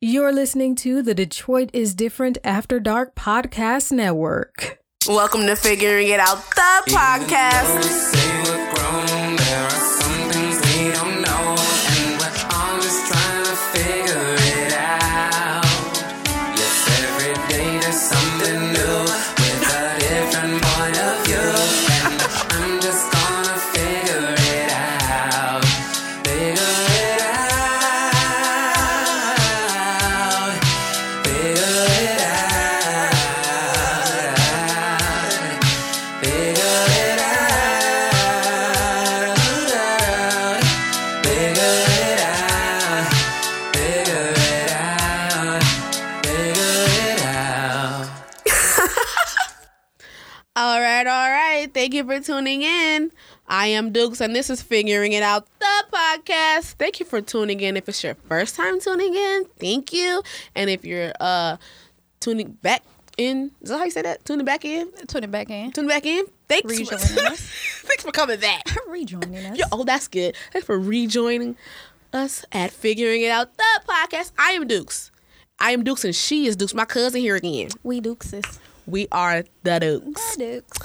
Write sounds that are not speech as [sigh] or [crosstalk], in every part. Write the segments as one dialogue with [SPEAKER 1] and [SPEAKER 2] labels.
[SPEAKER 1] You're listening to the Detroit is Different After Dark Podcast Network.
[SPEAKER 2] Welcome to Figuring It Out, the podcast. All right, all right. Thank you for tuning in. I am Dukes, and this is Figuring It Out, the podcast. Thank you for tuning in. If it's your first time tuning in, thank you. And if you're uh tuning back in, is that how you say that? Tuning back in?
[SPEAKER 3] Tune it back in.
[SPEAKER 2] Tuning back in? Thanks.
[SPEAKER 3] Rejoining
[SPEAKER 2] [laughs] For,
[SPEAKER 3] us.
[SPEAKER 2] thanks for coming back. [laughs]
[SPEAKER 3] Rejoining us.
[SPEAKER 2] Yo, oh, that's good. Thanks for rejoining us at Figuring It Out, the podcast. I am Dukes. I am Dukes, and she is Dukes, my cousin here again.
[SPEAKER 3] We Dukeses.
[SPEAKER 2] We are the Dukes.
[SPEAKER 3] Dukes.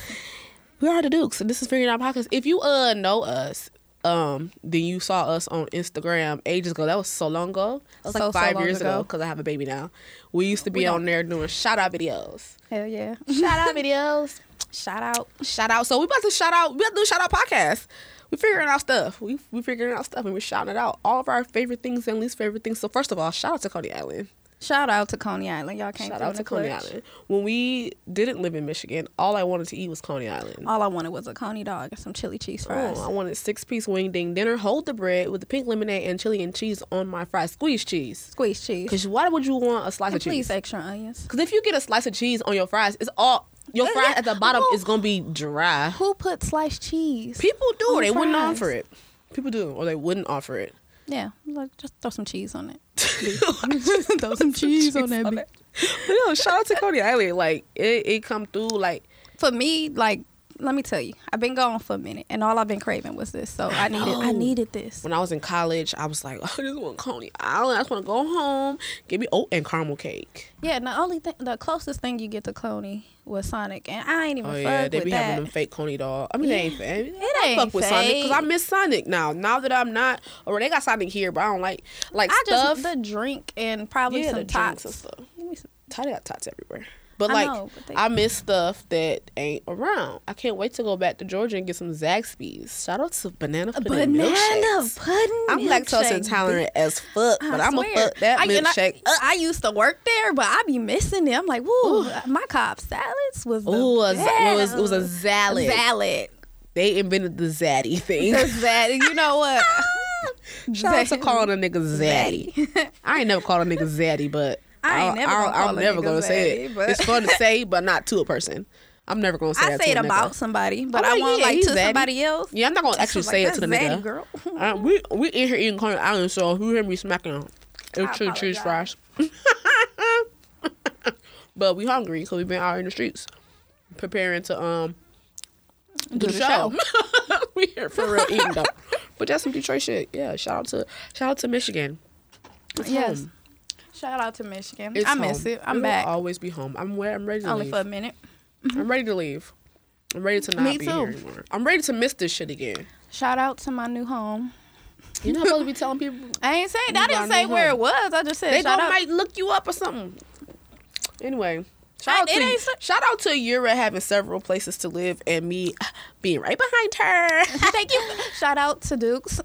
[SPEAKER 2] we are the Dukes, and this is Figuring Out Podcast. If you uh know us, um, then you saw us on Instagram ages ago. That was so long ago. That was
[SPEAKER 3] So, so
[SPEAKER 2] like five
[SPEAKER 3] long
[SPEAKER 2] years ago
[SPEAKER 3] ago.
[SPEAKER 2] because I have a baby now. We used to be on there doing shout out videos.
[SPEAKER 3] Hell [laughs] yeah.
[SPEAKER 2] Shout out videos.
[SPEAKER 3] Shout out.
[SPEAKER 2] Shout out. So we about to shout out. We about to do a shout out podcast. We figuring out stuff. We we figuring out stuff and we're shouting it out. All of our favorite things and least favorite things. So first of all, shout out to Coney Island.
[SPEAKER 3] Shout out to Coney Island. Y'all came
[SPEAKER 2] shout
[SPEAKER 3] through
[SPEAKER 2] out
[SPEAKER 3] in
[SPEAKER 2] to
[SPEAKER 3] the
[SPEAKER 2] Coney
[SPEAKER 3] clutch.
[SPEAKER 2] Island. When we didn't live in Michigan, all I wanted to eat was Coney Island.
[SPEAKER 3] All I wanted was a Coney dog and some chili cheese fries.
[SPEAKER 2] Oh, I wanted six piece wing ding dinner. Hold the bread with the pink lemonade and chili and cheese on my fries. Squeeze cheese.
[SPEAKER 3] Squeeze cheese.
[SPEAKER 2] Cause why would you want a slice
[SPEAKER 3] And
[SPEAKER 2] of
[SPEAKER 3] please
[SPEAKER 2] cheese?
[SPEAKER 3] extra onions.
[SPEAKER 2] Cause if you get a slice of cheese on your fries, it's all your
[SPEAKER 3] Uh,
[SPEAKER 2] fries
[SPEAKER 3] yeah.
[SPEAKER 2] at the bottom
[SPEAKER 3] Who-
[SPEAKER 2] is gonna be dry.
[SPEAKER 3] Who put sliced cheese?
[SPEAKER 2] People do.
[SPEAKER 3] On
[SPEAKER 2] they wouldn't
[SPEAKER 3] fries.
[SPEAKER 2] offer it. People do, or they wouldn't offer it.
[SPEAKER 3] yeah. Like just throw some cheese on it.
[SPEAKER 2] Throw
[SPEAKER 3] some cheese on that
[SPEAKER 2] But [laughs] yo, shout out to Cody Island. Like it, it come through. Like
[SPEAKER 3] For me, like let me tell you, I've been gone for a minute and all I've been craving was this. So I needed I
[SPEAKER 2] know.
[SPEAKER 3] needed this.
[SPEAKER 2] when I was in college, I was like, [laughs] oh, I just want Coney Island. I just want to go home. Give me oat and caramel cake.
[SPEAKER 3] Yeah, and the only thing the closest thing you get to Coney was Sonic and I ain't even
[SPEAKER 2] Oh
[SPEAKER 3] fuck
[SPEAKER 2] yeah, they
[SPEAKER 3] with
[SPEAKER 2] be
[SPEAKER 3] that.
[SPEAKER 2] having them fake Coney dog. I mean, they ain't fake. It I
[SPEAKER 3] ain't
[SPEAKER 2] fuck with Sonic because I
[SPEAKER 3] fake.
[SPEAKER 2] miss Sonic now. Now that I'm not, or they got Sonic here, but I don't like like
[SPEAKER 3] I
[SPEAKER 2] stuff.
[SPEAKER 3] just the drink and probably
[SPEAKER 2] yeah,
[SPEAKER 3] some
[SPEAKER 2] the
[SPEAKER 3] tots.
[SPEAKER 2] drinks and stuff.
[SPEAKER 3] Give me some-
[SPEAKER 2] Tot- They got tots everywhere. But
[SPEAKER 3] I
[SPEAKER 2] like, I,
[SPEAKER 3] know, but they-
[SPEAKER 2] miss stuff that ain't around. I can't wait to go back to Georgia and get some Zaxby's. Shout out to banana pudding
[SPEAKER 3] Banana
[SPEAKER 2] milkshakes.
[SPEAKER 3] pudding.
[SPEAKER 2] I'm lactose
[SPEAKER 3] milkshake,
[SPEAKER 2] intolerant as fuck,
[SPEAKER 3] bitch.
[SPEAKER 2] but
[SPEAKER 3] I
[SPEAKER 2] I'm gonna
[SPEAKER 3] swear.
[SPEAKER 2] fuck that
[SPEAKER 3] I, and I-
[SPEAKER 2] milkshake.
[SPEAKER 3] uh, I, used to work there, but I be missing it. I'm like, woo, my cob salads was the
[SPEAKER 2] Ooh, a, za- it was
[SPEAKER 3] best.
[SPEAKER 2] it was a salad. [laughs]
[SPEAKER 3] salad.
[SPEAKER 2] They invented the zaddy thing.
[SPEAKER 3] The salad. You know what?
[SPEAKER 2] [laughs] Shout
[SPEAKER 3] [laughs]
[SPEAKER 2] out to
[SPEAKER 3] Zaddy.
[SPEAKER 2] calling a nigga zaddy.
[SPEAKER 3] [laughs]
[SPEAKER 2] I ain't never called a nigga zaddy, but
[SPEAKER 3] I ain't
[SPEAKER 2] I'll-
[SPEAKER 3] never
[SPEAKER 2] I'll,
[SPEAKER 3] gonna
[SPEAKER 2] I'll
[SPEAKER 3] call a
[SPEAKER 2] never
[SPEAKER 3] nigga
[SPEAKER 2] gonna say
[SPEAKER 3] zaddy,
[SPEAKER 2] it.
[SPEAKER 3] but-
[SPEAKER 2] It's fun to say, but not to a person. I'm never gonna say
[SPEAKER 3] [laughs] I
[SPEAKER 2] that
[SPEAKER 3] say it
[SPEAKER 2] to a nigga.
[SPEAKER 3] about somebody,
[SPEAKER 2] I'm
[SPEAKER 3] but I
[SPEAKER 2] like,
[SPEAKER 3] won't
[SPEAKER 2] Oh, yeah,
[SPEAKER 3] like
[SPEAKER 2] he's
[SPEAKER 3] to
[SPEAKER 2] zaddy.
[SPEAKER 3] somebody else.
[SPEAKER 2] Yeah, I'm not gonna actually
[SPEAKER 3] I'm like,
[SPEAKER 2] say it to the
[SPEAKER 3] "That's
[SPEAKER 2] nigga.
[SPEAKER 3] zaddy, girl.
[SPEAKER 2] I- we we in here eating Coney Island, so who hear me smacking? It's
[SPEAKER 3] I
[SPEAKER 2] chili cheese
[SPEAKER 3] apologize.
[SPEAKER 2] fries. [laughs] but we hungry, so we've been out in the streets preparing to um do the show. [laughs] we here for real eating though. But that's some Detroit shit. Yeah, shout out to shout out to Michigan. It's
[SPEAKER 3] Yes.
[SPEAKER 2] home.
[SPEAKER 3] Shout out to Michigan.
[SPEAKER 2] It's
[SPEAKER 3] I miss
[SPEAKER 2] home.
[SPEAKER 3] it. I'm
[SPEAKER 2] We will
[SPEAKER 3] back.
[SPEAKER 2] always be home. I'm where I'm ready to
[SPEAKER 3] Only
[SPEAKER 2] leave.
[SPEAKER 3] for a minute.
[SPEAKER 2] I'm ready to leave. I'm ready to not
[SPEAKER 3] [laughs] Me
[SPEAKER 2] be
[SPEAKER 3] too.
[SPEAKER 2] here anymore. I'm ready to miss this shit again.
[SPEAKER 3] Shout out to my new home.
[SPEAKER 2] You're not supposed to be telling people
[SPEAKER 3] I ain't saying. I
[SPEAKER 2] You got
[SPEAKER 3] didn't
[SPEAKER 2] a
[SPEAKER 3] say
[SPEAKER 2] new
[SPEAKER 3] where
[SPEAKER 2] home.
[SPEAKER 3] it was. I just said
[SPEAKER 2] They
[SPEAKER 3] shout
[SPEAKER 2] gonna [laughs]
[SPEAKER 3] out.
[SPEAKER 2] might look you up or something. Anyway, shout out,
[SPEAKER 3] it
[SPEAKER 2] to,
[SPEAKER 3] ain't so-
[SPEAKER 2] shout out to Yura having several places to live and me being right behind her.
[SPEAKER 3] [laughs] Thank you. Shout out to Dukes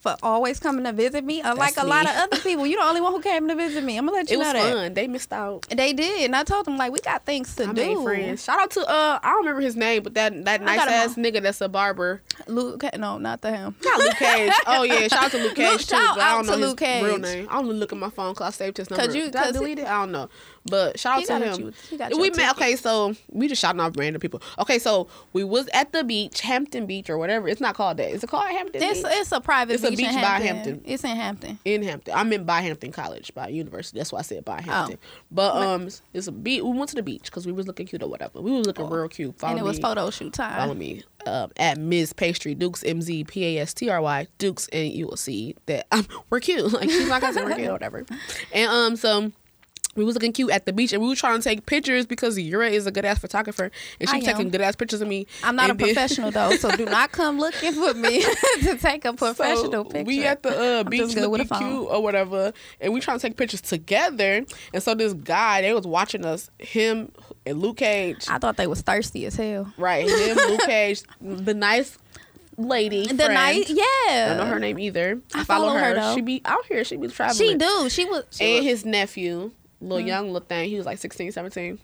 [SPEAKER 3] for always coming to visit me. Unlike
[SPEAKER 2] That's
[SPEAKER 3] a lot
[SPEAKER 2] me.
[SPEAKER 3] of other people, you're the only one who came to visit me. I'm gonna let you
[SPEAKER 2] It was
[SPEAKER 3] know that.
[SPEAKER 2] fun. They missed out.
[SPEAKER 3] They did, and I told them like we got things to
[SPEAKER 2] I
[SPEAKER 3] do.
[SPEAKER 2] made friends. Shout out to uh, I don't remember his name, but that that nice
[SPEAKER 3] got 'em
[SPEAKER 2] ass nigga that's a barber.
[SPEAKER 3] Luke, no, not the him.
[SPEAKER 2] Not Luke
[SPEAKER 3] [laughs]
[SPEAKER 2] Cage. Oh yeah, shout out to Luke Cage
[SPEAKER 3] Look,
[SPEAKER 2] too.
[SPEAKER 3] shout
[SPEAKER 2] but I
[SPEAKER 3] out
[SPEAKER 2] don't know
[SPEAKER 3] to
[SPEAKER 2] his
[SPEAKER 3] Luke Cage.
[SPEAKER 2] real name. I only look at my phone because I saved his number.
[SPEAKER 3] you-
[SPEAKER 2] Did I
[SPEAKER 3] 'cause he-
[SPEAKER 2] delete it? I don't know. But shout
[SPEAKER 3] He
[SPEAKER 2] out
[SPEAKER 3] got
[SPEAKER 2] to
[SPEAKER 3] a
[SPEAKER 2] him.
[SPEAKER 3] cute- he got
[SPEAKER 2] we
[SPEAKER 3] your
[SPEAKER 2] met. Okay, so we just shouting out random people. Okay, so we was at the beach, Hampton Beach or whatever. It's not called that. Is it called Hampton
[SPEAKER 3] It's
[SPEAKER 2] Beach?
[SPEAKER 3] it's a private.
[SPEAKER 2] It's a
[SPEAKER 3] beach,
[SPEAKER 2] beach
[SPEAKER 3] in
[SPEAKER 2] by
[SPEAKER 3] Hampton.
[SPEAKER 2] Hampton.
[SPEAKER 3] It's in Hampton.
[SPEAKER 2] in Hampton. I meant by Hampton College, by university. That's why I said by
[SPEAKER 3] Oh.
[SPEAKER 2] Hampton. But um, it's a beach. We went to the beach because we was looking cute or whatever. We was looking real cute. Follow
[SPEAKER 3] Oh. and it was
[SPEAKER 2] me.
[SPEAKER 3] photo shoot
[SPEAKER 2] Follow
[SPEAKER 3] time.
[SPEAKER 2] me um, at Ms. Pastry Dukes M Z P A S T R Y Dukes, and you will see that um, [laughs] we're cute. Like she's like I said, we're cute or whatever. And um, so we was looking cute at the beach, and we were trying to take pictures because Yura is a good ass photographer, and she
[SPEAKER 3] I
[SPEAKER 2] was taking
[SPEAKER 3] am.
[SPEAKER 2] good ass pictures of me.
[SPEAKER 3] I'm not
[SPEAKER 2] And
[SPEAKER 3] a
[SPEAKER 2] then-
[SPEAKER 3] professional though, so do not come looking for me [laughs] to take a
[SPEAKER 2] [laughs] So,
[SPEAKER 3] professional picture.
[SPEAKER 2] We at the uh,
[SPEAKER 3] I'm
[SPEAKER 2] beach
[SPEAKER 3] just good with a
[SPEAKER 2] looking
[SPEAKER 3] phone.
[SPEAKER 2] cute or whatever, and we trying to take pictures together. And so this guy, they was watching us, him and Luke Cage,
[SPEAKER 3] I thought they was thirsty as hell.
[SPEAKER 2] right? Him, Luke Cage, [laughs] the nice lady,
[SPEAKER 3] The
[SPEAKER 2] friend.
[SPEAKER 3] night, yeah.
[SPEAKER 2] I don't know her name either.
[SPEAKER 3] I follow her, though.
[SPEAKER 2] she be out here. She be traveling.
[SPEAKER 3] She do. She was. She
[SPEAKER 2] And
[SPEAKER 3] was [laughs]
[SPEAKER 2] his nephew, little young little thing, he was like 16, 17.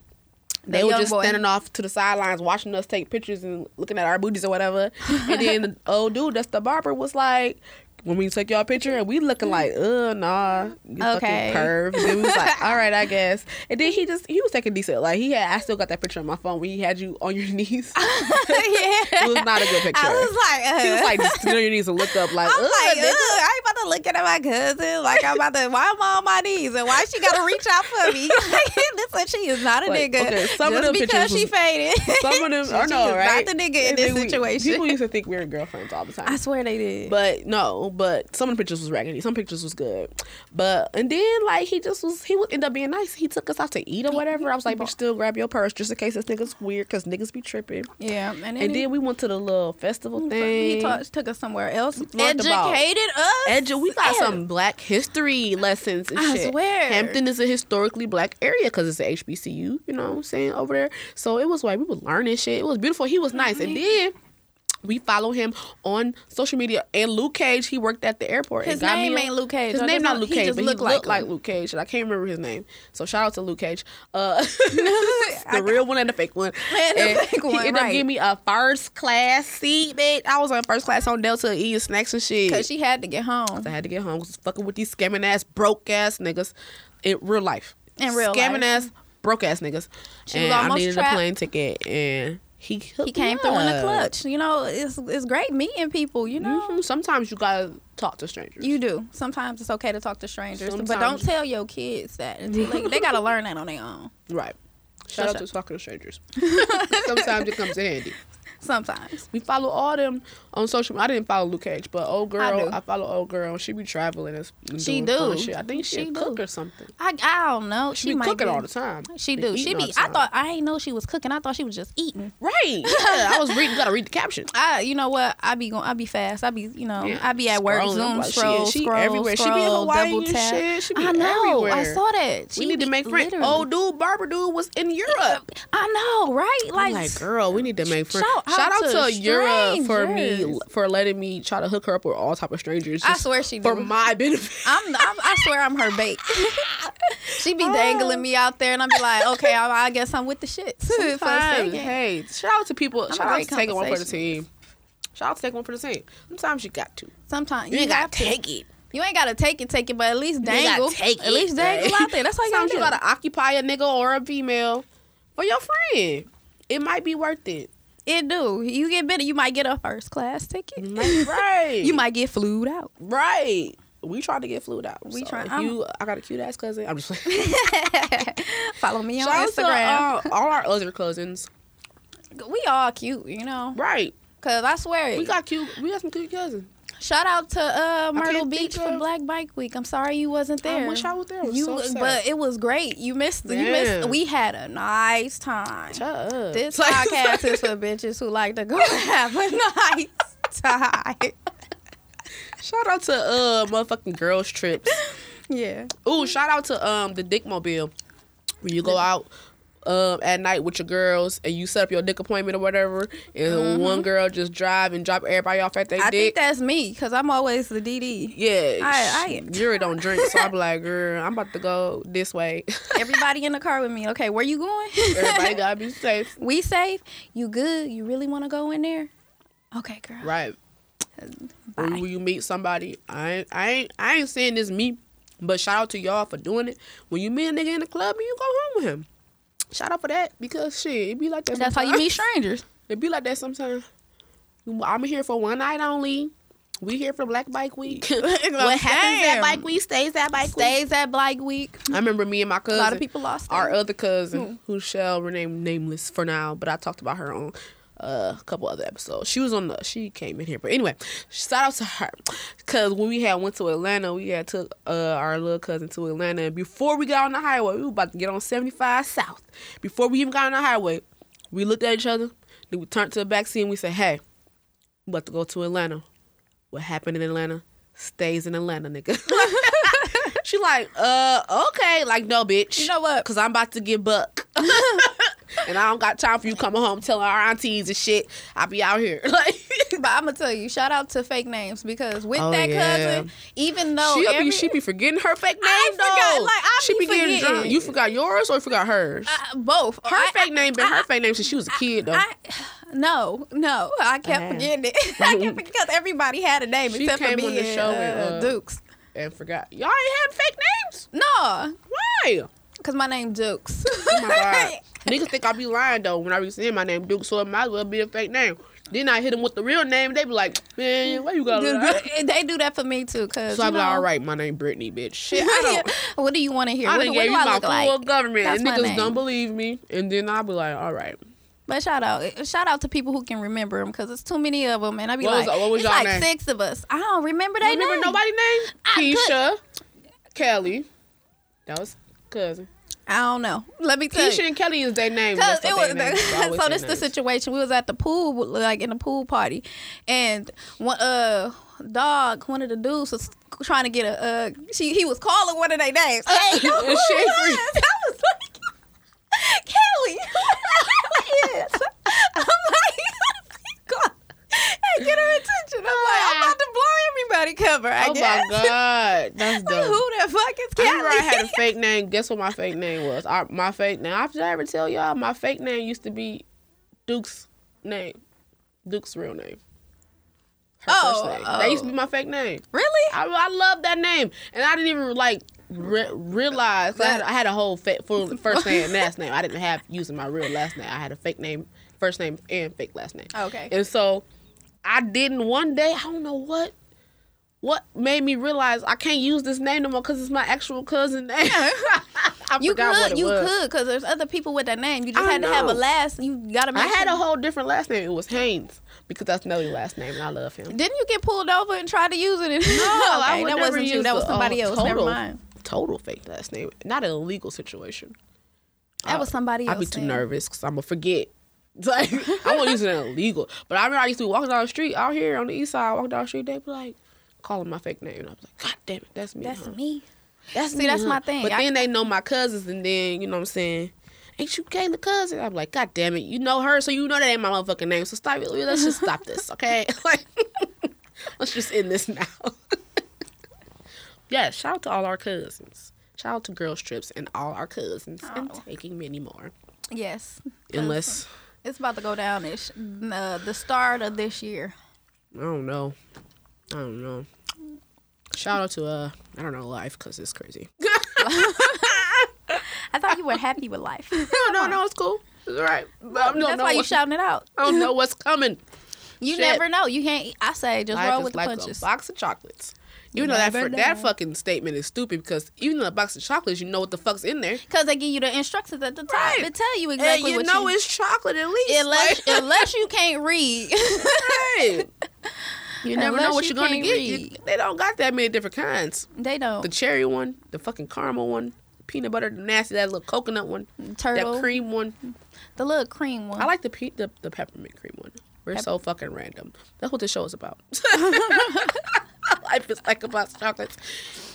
[SPEAKER 3] the
[SPEAKER 2] They were
[SPEAKER 3] young
[SPEAKER 2] just
[SPEAKER 3] boy.
[SPEAKER 2] standing off to the sidelines watching us take pictures and looking at our booties or
[SPEAKER 3] [laughs]
[SPEAKER 2] whatever. and then the old dude, that's the barber, was like, when we took y'all picture and we looking like, uh nah, you
[SPEAKER 3] Okay.
[SPEAKER 2] fucking curve. And then we was
[SPEAKER 3] [laughs]
[SPEAKER 2] like, all right, I guess. And then he just he was taking decent. Like he had I still got that picture on my phone where he had you on your [laughs] knees. [laughs]
[SPEAKER 3] yeah.
[SPEAKER 2] It was not a good picture.
[SPEAKER 3] [laughs] I was like, uh,
[SPEAKER 2] he was like just on your knees and look up like,
[SPEAKER 3] [laughs] I'm
[SPEAKER 2] "Uh,
[SPEAKER 3] like,
[SPEAKER 2] nigga."
[SPEAKER 3] ugh, I ain't about to look at my cousin. Like, I'm about to, why am I on my knees? And why she got to reach out for me? [laughs] Like, listen, she is not a
[SPEAKER 2] Like,
[SPEAKER 3] nigga.
[SPEAKER 2] okay, some of them
[SPEAKER 3] just because
[SPEAKER 2] pictures
[SPEAKER 3] she
[SPEAKER 2] was-
[SPEAKER 3] faded.
[SPEAKER 2] [laughs] Some
[SPEAKER 3] [laughs]
[SPEAKER 2] of them
[SPEAKER 3] She-
[SPEAKER 2] are
[SPEAKER 3] she
[SPEAKER 2] no,
[SPEAKER 3] is
[SPEAKER 2] right?
[SPEAKER 3] Not the nigga
[SPEAKER 2] They
[SPEAKER 3] in this
[SPEAKER 2] think we-
[SPEAKER 3] situation.
[SPEAKER 2] people used to think we were girlfriends all the time.
[SPEAKER 3] I swear they did.
[SPEAKER 2] But no, but some of the pictures was raggedy. Some pictures was good. But and then like he just was he would end up being nice. He took us out to eat or whatever. I was like, bitch, still grab your purse just in case this nigga's weird because niggas be tripping.
[SPEAKER 3] yeah, and then,
[SPEAKER 2] And
[SPEAKER 3] he,
[SPEAKER 2] then we went to the little festival thing.
[SPEAKER 3] he taught, took us somewhere else.
[SPEAKER 2] Learned about-
[SPEAKER 3] us.
[SPEAKER 2] Edu- we got
[SPEAKER 3] Yeah.
[SPEAKER 2] some black history lessons and
[SPEAKER 3] I
[SPEAKER 2] shit.
[SPEAKER 3] swear.
[SPEAKER 2] Hampton is a historically black area because it's a HBCU, you know what I'm saying, over there. So it was like we were learning shit. It was beautiful. He was nice. And then we follow him on social media. And Luke Cage, he worked at the airport. and
[SPEAKER 3] His
[SPEAKER 2] got
[SPEAKER 3] name
[SPEAKER 2] me a-
[SPEAKER 3] ain't Luke Cage.
[SPEAKER 2] His
[SPEAKER 3] I
[SPEAKER 2] name
[SPEAKER 3] just
[SPEAKER 2] not
[SPEAKER 3] know-
[SPEAKER 2] Luke
[SPEAKER 3] he
[SPEAKER 2] Cage,
[SPEAKER 3] just
[SPEAKER 2] but
[SPEAKER 3] look
[SPEAKER 2] he
[SPEAKER 3] like
[SPEAKER 2] looked like
[SPEAKER 3] him.
[SPEAKER 2] Luke Cage. And I can't remember his name. So shout out to Luke Cage.
[SPEAKER 3] [laughs]
[SPEAKER 2] Uh, [laughs] the real one and the fake one.
[SPEAKER 3] And the fake
[SPEAKER 2] He
[SPEAKER 3] one,
[SPEAKER 2] ended up
[SPEAKER 3] right.
[SPEAKER 2] giving me a first class seat, bitch. I was on first class on Delta eating snacks and shit.
[SPEAKER 3] Because she had to get home.
[SPEAKER 2] I had to get home 'cause fucking with these scamming ass broke ass niggas in real life.
[SPEAKER 3] In real
[SPEAKER 2] scamming
[SPEAKER 3] life.
[SPEAKER 2] ass broke ass niggas.
[SPEAKER 3] She was
[SPEAKER 2] and I
[SPEAKER 3] almost
[SPEAKER 2] needed
[SPEAKER 3] trapped.
[SPEAKER 2] a plane ticket and he
[SPEAKER 3] He came through in the clutch. You know, it's it's great meeting people. You know,
[SPEAKER 2] hmm Sometimes you gotta talk to strangers.
[SPEAKER 3] You do. Sometimes it's okay to talk to strangers, but don't
[SPEAKER 2] Sometimes.
[SPEAKER 3] tell your kids
[SPEAKER 2] [laughs]
[SPEAKER 3] that. Until they, they gotta learn that on their own.
[SPEAKER 2] right. Shout
[SPEAKER 3] Shut
[SPEAKER 2] out to
[SPEAKER 3] up.
[SPEAKER 2] talking to
[SPEAKER 3] [laughs]
[SPEAKER 2] strangers. Sometimes it comes in handy.
[SPEAKER 3] Sometimes.
[SPEAKER 2] We follow all them on social. media. I didn't follow Luke Cage, but old girl,
[SPEAKER 3] do.
[SPEAKER 2] I, follow old girl. She be traveling and, s- and
[SPEAKER 3] She
[SPEAKER 2] doing fun
[SPEAKER 3] do.
[SPEAKER 2] shit. I think she,
[SPEAKER 3] She
[SPEAKER 2] a
[SPEAKER 3] do.
[SPEAKER 2] cook or something.
[SPEAKER 3] I, I don't know.
[SPEAKER 2] She,
[SPEAKER 3] She,
[SPEAKER 2] be
[SPEAKER 3] might
[SPEAKER 2] cooking
[SPEAKER 3] be.
[SPEAKER 2] all the time.
[SPEAKER 3] She do. She
[SPEAKER 2] eating all
[SPEAKER 3] be.
[SPEAKER 2] the
[SPEAKER 3] I
[SPEAKER 2] time.
[SPEAKER 3] thought I ain't know she was cooking. I thought she was just eating. [laughs]
[SPEAKER 2] right. Yeah, I was reading. Gotta read the caption.
[SPEAKER 3] I, you know what? I be going. I be fast. I be, you know,
[SPEAKER 2] Yeah.
[SPEAKER 3] I be at work.
[SPEAKER 2] Scrolling,
[SPEAKER 3] Zoom
[SPEAKER 2] like, she-
[SPEAKER 3] scroll,
[SPEAKER 2] she
[SPEAKER 3] scroll,
[SPEAKER 2] everywhere. She be
[SPEAKER 3] scroll,
[SPEAKER 2] in Hawaii
[SPEAKER 3] double
[SPEAKER 2] and
[SPEAKER 3] tap.
[SPEAKER 2] shit. She be
[SPEAKER 3] I know. I
[SPEAKER 2] everywhere.
[SPEAKER 3] saw that. She
[SPEAKER 2] we need to
[SPEAKER 3] be
[SPEAKER 2] make friends.
[SPEAKER 3] literally-
[SPEAKER 2] Old dude, barber dude was in Europe.
[SPEAKER 3] I know, right?
[SPEAKER 2] I'm
[SPEAKER 3] Like,
[SPEAKER 2] like, girl, we need to make friends.
[SPEAKER 3] shout out to
[SPEAKER 2] Europe for me
[SPEAKER 3] strangers.
[SPEAKER 2] for letting me try to hook her up with all type of strangers.
[SPEAKER 3] I
[SPEAKER 2] just
[SPEAKER 3] swear she
[SPEAKER 2] for
[SPEAKER 3] do.
[SPEAKER 2] my benefit.
[SPEAKER 3] [laughs] I'm, I'm I swear I'm her bait. [laughs] she
[SPEAKER 2] Oh.
[SPEAKER 3] be dangling me out there, and I'm be like, okay, I, I guess I'm with
[SPEAKER 2] [laughs]
[SPEAKER 3] the shits. for a
[SPEAKER 2] Sometimes,
[SPEAKER 3] second.
[SPEAKER 2] hey, shout out to people.
[SPEAKER 3] I'm
[SPEAKER 2] shout out
[SPEAKER 3] great
[SPEAKER 2] to taking one for the team. Shout out to taking one for the team. Sometimes you got to.
[SPEAKER 3] Sometimes
[SPEAKER 2] You,
[SPEAKER 3] you,
[SPEAKER 2] ain't
[SPEAKER 3] got
[SPEAKER 2] gotta
[SPEAKER 3] to.
[SPEAKER 2] take it.
[SPEAKER 3] You ain't gotta take it, take it, but at least
[SPEAKER 2] You ain't gotta
[SPEAKER 3] dangle.
[SPEAKER 2] take
[SPEAKER 3] at least
[SPEAKER 2] it,
[SPEAKER 3] dangle
[SPEAKER 2] right?
[SPEAKER 3] out there. That's all you
[SPEAKER 2] Sometimes
[SPEAKER 3] gotta do.
[SPEAKER 2] you gotta occupy a nigga or a female for your friend. It might be worth it.
[SPEAKER 3] It do. You get better. You might get a first class ticket. [laughs]
[SPEAKER 2] right.
[SPEAKER 3] You might get flued out.
[SPEAKER 2] Right. We tried to get flued out.
[SPEAKER 3] We
[SPEAKER 2] so
[SPEAKER 3] try-
[SPEAKER 2] If
[SPEAKER 3] I'm-
[SPEAKER 2] you, I got a cute ass cousin. I'm just like
[SPEAKER 3] [laughs] Follow me on
[SPEAKER 2] shout out to
[SPEAKER 3] Instagram.
[SPEAKER 2] uh, all our other cousins.
[SPEAKER 3] um, we all cute, you know.
[SPEAKER 2] Right.
[SPEAKER 3] Cause I swear,
[SPEAKER 2] We got cute. We got some cute cousins.
[SPEAKER 3] shout out to uh, Myrtle
[SPEAKER 2] can't think
[SPEAKER 3] Beach for
[SPEAKER 2] of-
[SPEAKER 3] Black Bike Week. I'm sorry you wasn't there.
[SPEAKER 2] I wish I was there. I was
[SPEAKER 3] You,
[SPEAKER 2] so sad.
[SPEAKER 3] but it was great. You missed. You
[SPEAKER 2] Yeah.
[SPEAKER 3] missed. We had a nice time.
[SPEAKER 2] Shut up. [laughs]
[SPEAKER 3] This
[SPEAKER 2] Like-
[SPEAKER 3] podcast is for bitches who like to go [laughs] have a nice
[SPEAKER 2] [laughs]
[SPEAKER 3] time.
[SPEAKER 2] shout out to uh motherfucking girls trips.
[SPEAKER 3] yeah.
[SPEAKER 2] Ooh, shout out to um the dick mobile. When you go out um at night with your girls and you set up your dick appointment or whatever, and one girl just drive and drop everybody off at their
[SPEAKER 3] Mm-hmm. I
[SPEAKER 2] dick.
[SPEAKER 3] think that's me because I'm always the DD.
[SPEAKER 2] yeah,
[SPEAKER 3] I- I-
[SPEAKER 2] Yuri don't drink, so
[SPEAKER 3] [laughs]
[SPEAKER 2] I'm like, girl, I'm about to go this way. [laughs]
[SPEAKER 3] Everybody in the car with me. Okay, where you going? [laughs]
[SPEAKER 2] Everybody gotta be safe.
[SPEAKER 3] we safe. You good? You really want to go in there? Okay, girl.
[SPEAKER 2] Right. When
[SPEAKER 3] Bye.
[SPEAKER 2] you meet somebody, I ain't, I ain't, I ain't saying this me, but shout out to y'all for doing it. When you meet a nigga in the club and you go home with him, shout out for that because shit, it be like that.
[SPEAKER 3] That's how you
[SPEAKER 2] sometimes.
[SPEAKER 3] meet strangers.
[SPEAKER 2] It be like that sometimes. I'm here for one night only. We here for Black Bike Week.
[SPEAKER 3] [laughs] I'm
[SPEAKER 2] what happens
[SPEAKER 3] saying.
[SPEAKER 2] at Bike Week stays at Bike Week.
[SPEAKER 3] Stays at Black Week. [laughs]
[SPEAKER 2] I remember me and my
[SPEAKER 3] A
[SPEAKER 2] cousin.
[SPEAKER 3] lot of people lost.
[SPEAKER 2] our
[SPEAKER 3] it. Hmm.
[SPEAKER 2] other cousin, who shall remain nameless for now, but I talked about her on uh, a couple other episodes. She was on the. She came in here, but anyway, shout out to her because when we had went to Atlanta, we had took uh, our little cousin to Atlanta, and before we got on the highway, we were about to get on seventy five south. Before we even got on the highway, we looked at each other, then we turned to the back seat and we said, "Hey, we about to go to Atlanta. What happened in Atlanta stays in Atlanta, nigga." [laughs] she like, uh, okay, like no, bitch.
[SPEAKER 3] You know what?
[SPEAKER 2] Cause I'm about to get
[SPEAKER 3] [laughs]
[SPEAKER 2] buck. and I don't got time for you coming home telling our aunties and shit. I be out here. [laughs] Like
[SPEAKER 3] But I'm gonna tell you, shout out to fake names because with
[SPEAKER 2] Oh,
[SPEAKER 3] that
[SPEAKER 2] yeah.
[SPEAKER 3] cousin, even though
[SPEAKER 2] she,
[SPEAKER 3] every-
[SPEAKER 2] be, she be forgetting her fake name
[SPEAKER 3] I
[SPEAKER 2] though.
[SPEAKER 3] forgot, like, I
[SPEAKER 2] she
[SPEAKER 3] be
[SPEAKER 2] getting
[SPEAKER 3] forgetting.
[SPEAKER 2] drunk. You forgot yours or you forgot hers?
[SPEAKER 3] I- both
[SPEAKER 2] her
[SPEAKER 3] I-
[SPEAKER 2] fake name been her fake name since she was a kid though.
[SPEAKER 3] I, no, no, I kept
[SPEAKER 2] Oh.
[SPEAKER 3] forgetting it. [laughs] I kept because everybody had a name
[SPEAKER 2] She
[SPEAKER 3] except for
[SPEAKER 2] came
[SPEAKER 3] me
[SPEAKER 2] on the
[SPEAKER 3] and,
[SPEAKER 2] show
[SPEAKER 3] uh,
[SPEAKER 2] and, uh,
[SPEAKER 3] Dukes.
[SPEAKER 2] and forgot. Y'all ain't had fake names.
[SPEAKER 3] No,
[SPEAKER 2] Why?
[SPEAKER 3] because my name Dukes.
[SPEAKER 2] Oh my god. [laughs] Niggas think I be lying though when I be saying my name Duke, so it might as well be a fake name. Then I hit them with the real name, they be like, man, why you got
[SPEAKER 3] [laughs] Dude,
[SPEAKER 2] to
[SPEAKER 3] [laughs] they do that for me too. Cause
[SPEAKER 2] So I
[SPEAKER 3] you
[SPEAKER 2] be
[SPEAKER 3] know,
[SPEAKER 2] like, all right, my name Brittany, bitch. Shit, I don't.
[SPEAKER 3] [laughs] what do you want to hear?
[SPEAKER 2] I
[SPEAKER 3] What,
[SPEAKER 2] done
[SPEAKER 3] what
[SPEAKER 2] gave
[SPEAKER 3] do
[SPEAKER 2] you
[SPEAKER 3] I
[SPEAKER 2] my
[SPEAKER 3] look like?
[SPEAKER 2] full government,
[SPEAKER 3] That's
[SPEAKER 2] and
[SPEAKER 3] my
[SPEAKER 2] niggas
[SPEAKER 3] name.
[SPEAKER 2] don't believe me. And then I'll be like, all right.
[SPEAKER 3] But shout out, eh, shout out to people who can remember them because it's too many of them, and I be
[SPEAKER 2] What was-
[SPEAKER 3] like,
[SPEAKER 2] what was
[SPEAKER 3] it's
[SPEAKER 2] y'all
[SPEAKER 3] like
[SPEAKER 2] name?
[SPEAKER 3] six of us. I don't remember
[SPEAKER 2] You
[SPEAKER 3] they
[SPEAKER 2] remember
[SPEAKER 3] name.
[SPEAKER 2] nobody name?
[SPEAKER 3] I could-
[SPEAKER 2] Keisha, Kelly. That was cousin.
[SPEAKER 3] I don't know. Let me tell you.
[SPEAKER 2] Keisha and Kelly is their name.
[SPEAKER 3] Cause
[SPEAKER 2] That's
[SPEAKER 3] it
[SPEAKER 2] what
[SPEAKER 3] [laughs]
[SPEAKER 2] they name
[SPEAKER 3] was
[SPEAKER 2] is. They always their
[SPEAKER 3] so this the
[SPEAKER 2] names.
[SPEAKER 3] situation. We was at the pool, like in the pool party, and one uh dog, one of the dudes was trying to get a uh she he was calling one of
[SPEAKER 2] [laughs]
[SPEAKER 3] their names. I ain't know who it
[SPEAKER 2] Is she free?
[SPEAKER 3] was. I was like, [laughs] Kelly, who Kelly is? I'm like, [laughs] God. hey, get her attention. I'm like, I'm about to blow everybody cover. I
[SPEAKER 2] Oh
[SPEAKER 3] guess.
[SPEAKER 2] my god, that's
[SPEAKER 3] Like,
[SPEAKER 2] dope.
[SPEAKER 3] [laughs] who the fuck is
[SPEAKER 2] I
[SPEAKER 3] Kelly?
[SPEAKER 2] remember I had
[SPEAKER 3] [laughs]
[SPEAKER 2] a fake name. Guess what my fake name was? I, my fake name. Did I ever tell y'all my fake name used to be Duke's name, Duke's real name. Her
[SPEAKER 3] Oh,
[SPEAKER 2] first name. That used to
[SPEAKER 3] oh.
[SPEAKER 2] be my fake name.
[SPEAKER 3] really?
[SPEAKER 2] I, I love that name, and I didn't even like re- realize 'cause I, had, I had a whole fa- full first name and last name. I didn't have using my real last name. I had a fake name, first name, and fake last name.
[SPEAKER 3] Okay.
[SPEAKER 2] And so I didn't one day. I don't know what what made me realize I can't use this name no more because it's my actual cousin
[SPEAKER 3] [laughs]
[SPEAKER 2] name. [laughs] I
[SPEAKER 3] You
[SPEAKER 2] forgot what
[SPEAKER 3] could,
[SPEAKER 2] it
[SPEAKER 3] you
[SPEAKER 2] was.
[SPEAKER 3] could, because there's other people with that name. You just
[SPEAKER 2] I
[SPEAKER 3] had to have
[SPEAKER 2] know.
[SPEAKER 3] a last. You got to.
[SPEAKER 2] I had a whole different last name. It was Haynes because that's Nelly's last name, and I love him.
[SPEAKER 3] Didn't you get pulled over and try to use it?
[SPEAKER 2] [laughs]
[SPEAKER 3] No, [laughs]
[SPEAKER 2] I would
[SPEAKER 3] that
[SPEAKER 2] never
[SPEAKER 3] wasn't you.
[SPEAKER 2] use
[SPEAKER 3] That was
[SPEAKER 2] the,
[SPEAKER 3] somebody
[SPEAKER 2] uh,
[SPEAKER 3] else. Never
[SPEAKER 2] total.
[SPEAKER 3] mind.
[SPEAKER 2] Total fake last name, not an illegal situation.
[SPEAKER 3] That was somebody else.
[SPEAKER 2] I'd be too
[SPEAKER 3] then.
[SPEAKER 2] nervous because I'm gonna forget. [laughs] It's Like I won't use it illegal. But I remember I used to be walking down the street out here on the east side. I walk down the street, they be like calling my fake name, and I was like, God damn it, that's me.
[SPEAKER 3] That's
[SPEAKER 2] huh?
[SPEAKER 3] me.
[SPEAKER 2] That's
[SPEAKER 3] See,
[SPEAKER 2] me,
[SPEAKER 3] that's
[SPEAKER 2] huh?"
[SPEAKER 3] my thing.
[SPEAKER 2] Mm-hmm. But
[SPEAKER 3] I-
[SPEAKER 2] then they know my cousins, and then you know what I'm saying. Ain't you Kayla cousin? I'm like, God damn it, you know her, so you know that ain't my motherfucking name. So stop it. Let's just stop
[SPEAKER 3] [laughs]
[SPEAKER 2] this, okay? [laughs] Like, let's just end this now. [laughs] yeah, shout out to all our cousins. Shout out to girl strips and all our cousins, and
[SPEAKER 3] Oh.
[SPEAKER 2] taking many more,
[SPEAKER 3] Yes.
[SPEAKER 2] unless.
[SPEAKER 3] It's about to go down ish. Uh, the start of this year.
[SPEAKER 2] I don't know. I don't know. Shout out to uh, I don't know life because it's crazy. [laughs]
[SPEAKER 3] I thought you were happy with life.
[SPEAKER 2] [laughs] no, no, no, it's cool. It's all right. But I don't
[SPEAKER 3] That's
[SPEAKER 2] know
[SPEAKER 3] why you
[SPEAKER 2] what-
[SPEAKER 3] shouting it out.
[SPEAKER 2] I
[SPEAKER 3] [laughs]
[SPEAKER 2] don't know what's coming.
[SPEAKER 3] You
[SPEAKER 2] Shit.
[SPEAKER 3] never know. You can't. I say just
[SPEAKER 2] Life
[SPEAKER 3] roll
[SPEAKER 2] is
[SPEAKER 3] with the
[SPEAKER 2] like
[SPEAKER 3] punches.
[SPEAKER 2] a box of chocolates. You
[SPEAKER 3] You
[SPEAKER 2] know that
[SPEAKER 3] never
[SPEAKER 2] for, that
[SPEAKER 3] know.
[SPEAKER 2] fucking statement is stupid because even in a box of chocolates, you know what the fuck's in there.
[SPEAKER 3] Because they give you the instructions at the top.
[SPEAKER 2] Right.
[SPEAKER 3] They tell you exactly
[SPEAKER 2] and you
[SPEAKER 3] what
[SPEAKER 2] know
[SPEAKER 3] you.
[SPEAKER 2] it's chocolate at least.
[SPEAKER 3] unless
[SPEAKER 2] like-
[SPEAKER 3] unless you
[SPEAKER 2] [laughs]
[SPEAKER 3] can't read. [laughs]
[SPEAKER 2] Right. You never know
[SPEAKER 3] Unless
[SPEAKER 2] what
[SPEAKER 3] you
[SPEAKER 2] you're gonna
[SPEAKER 3] can't
[SPEAKER 2] get.
[SPEAKER 3] read.
[SPEAKER 2] You- they don't got that many different kinds.
[SPEAKER 3] they
[SPEAKER 2] The
[SPEAKER 3] don't.
[SPEAKER 2] cherry one, the fucking caramel one, peanut butter, the nasty that little coconut one,
[SPEAKER 3] Turtle.
[SPEAKER 2] that cream one.
[SPEAKER 3] The little cream one.
[SPEAKER 2] I like the pe- the, the peppermint cream one. We're so fucking random. That's what the show is about. [laughs] Life is like a box of chocolates.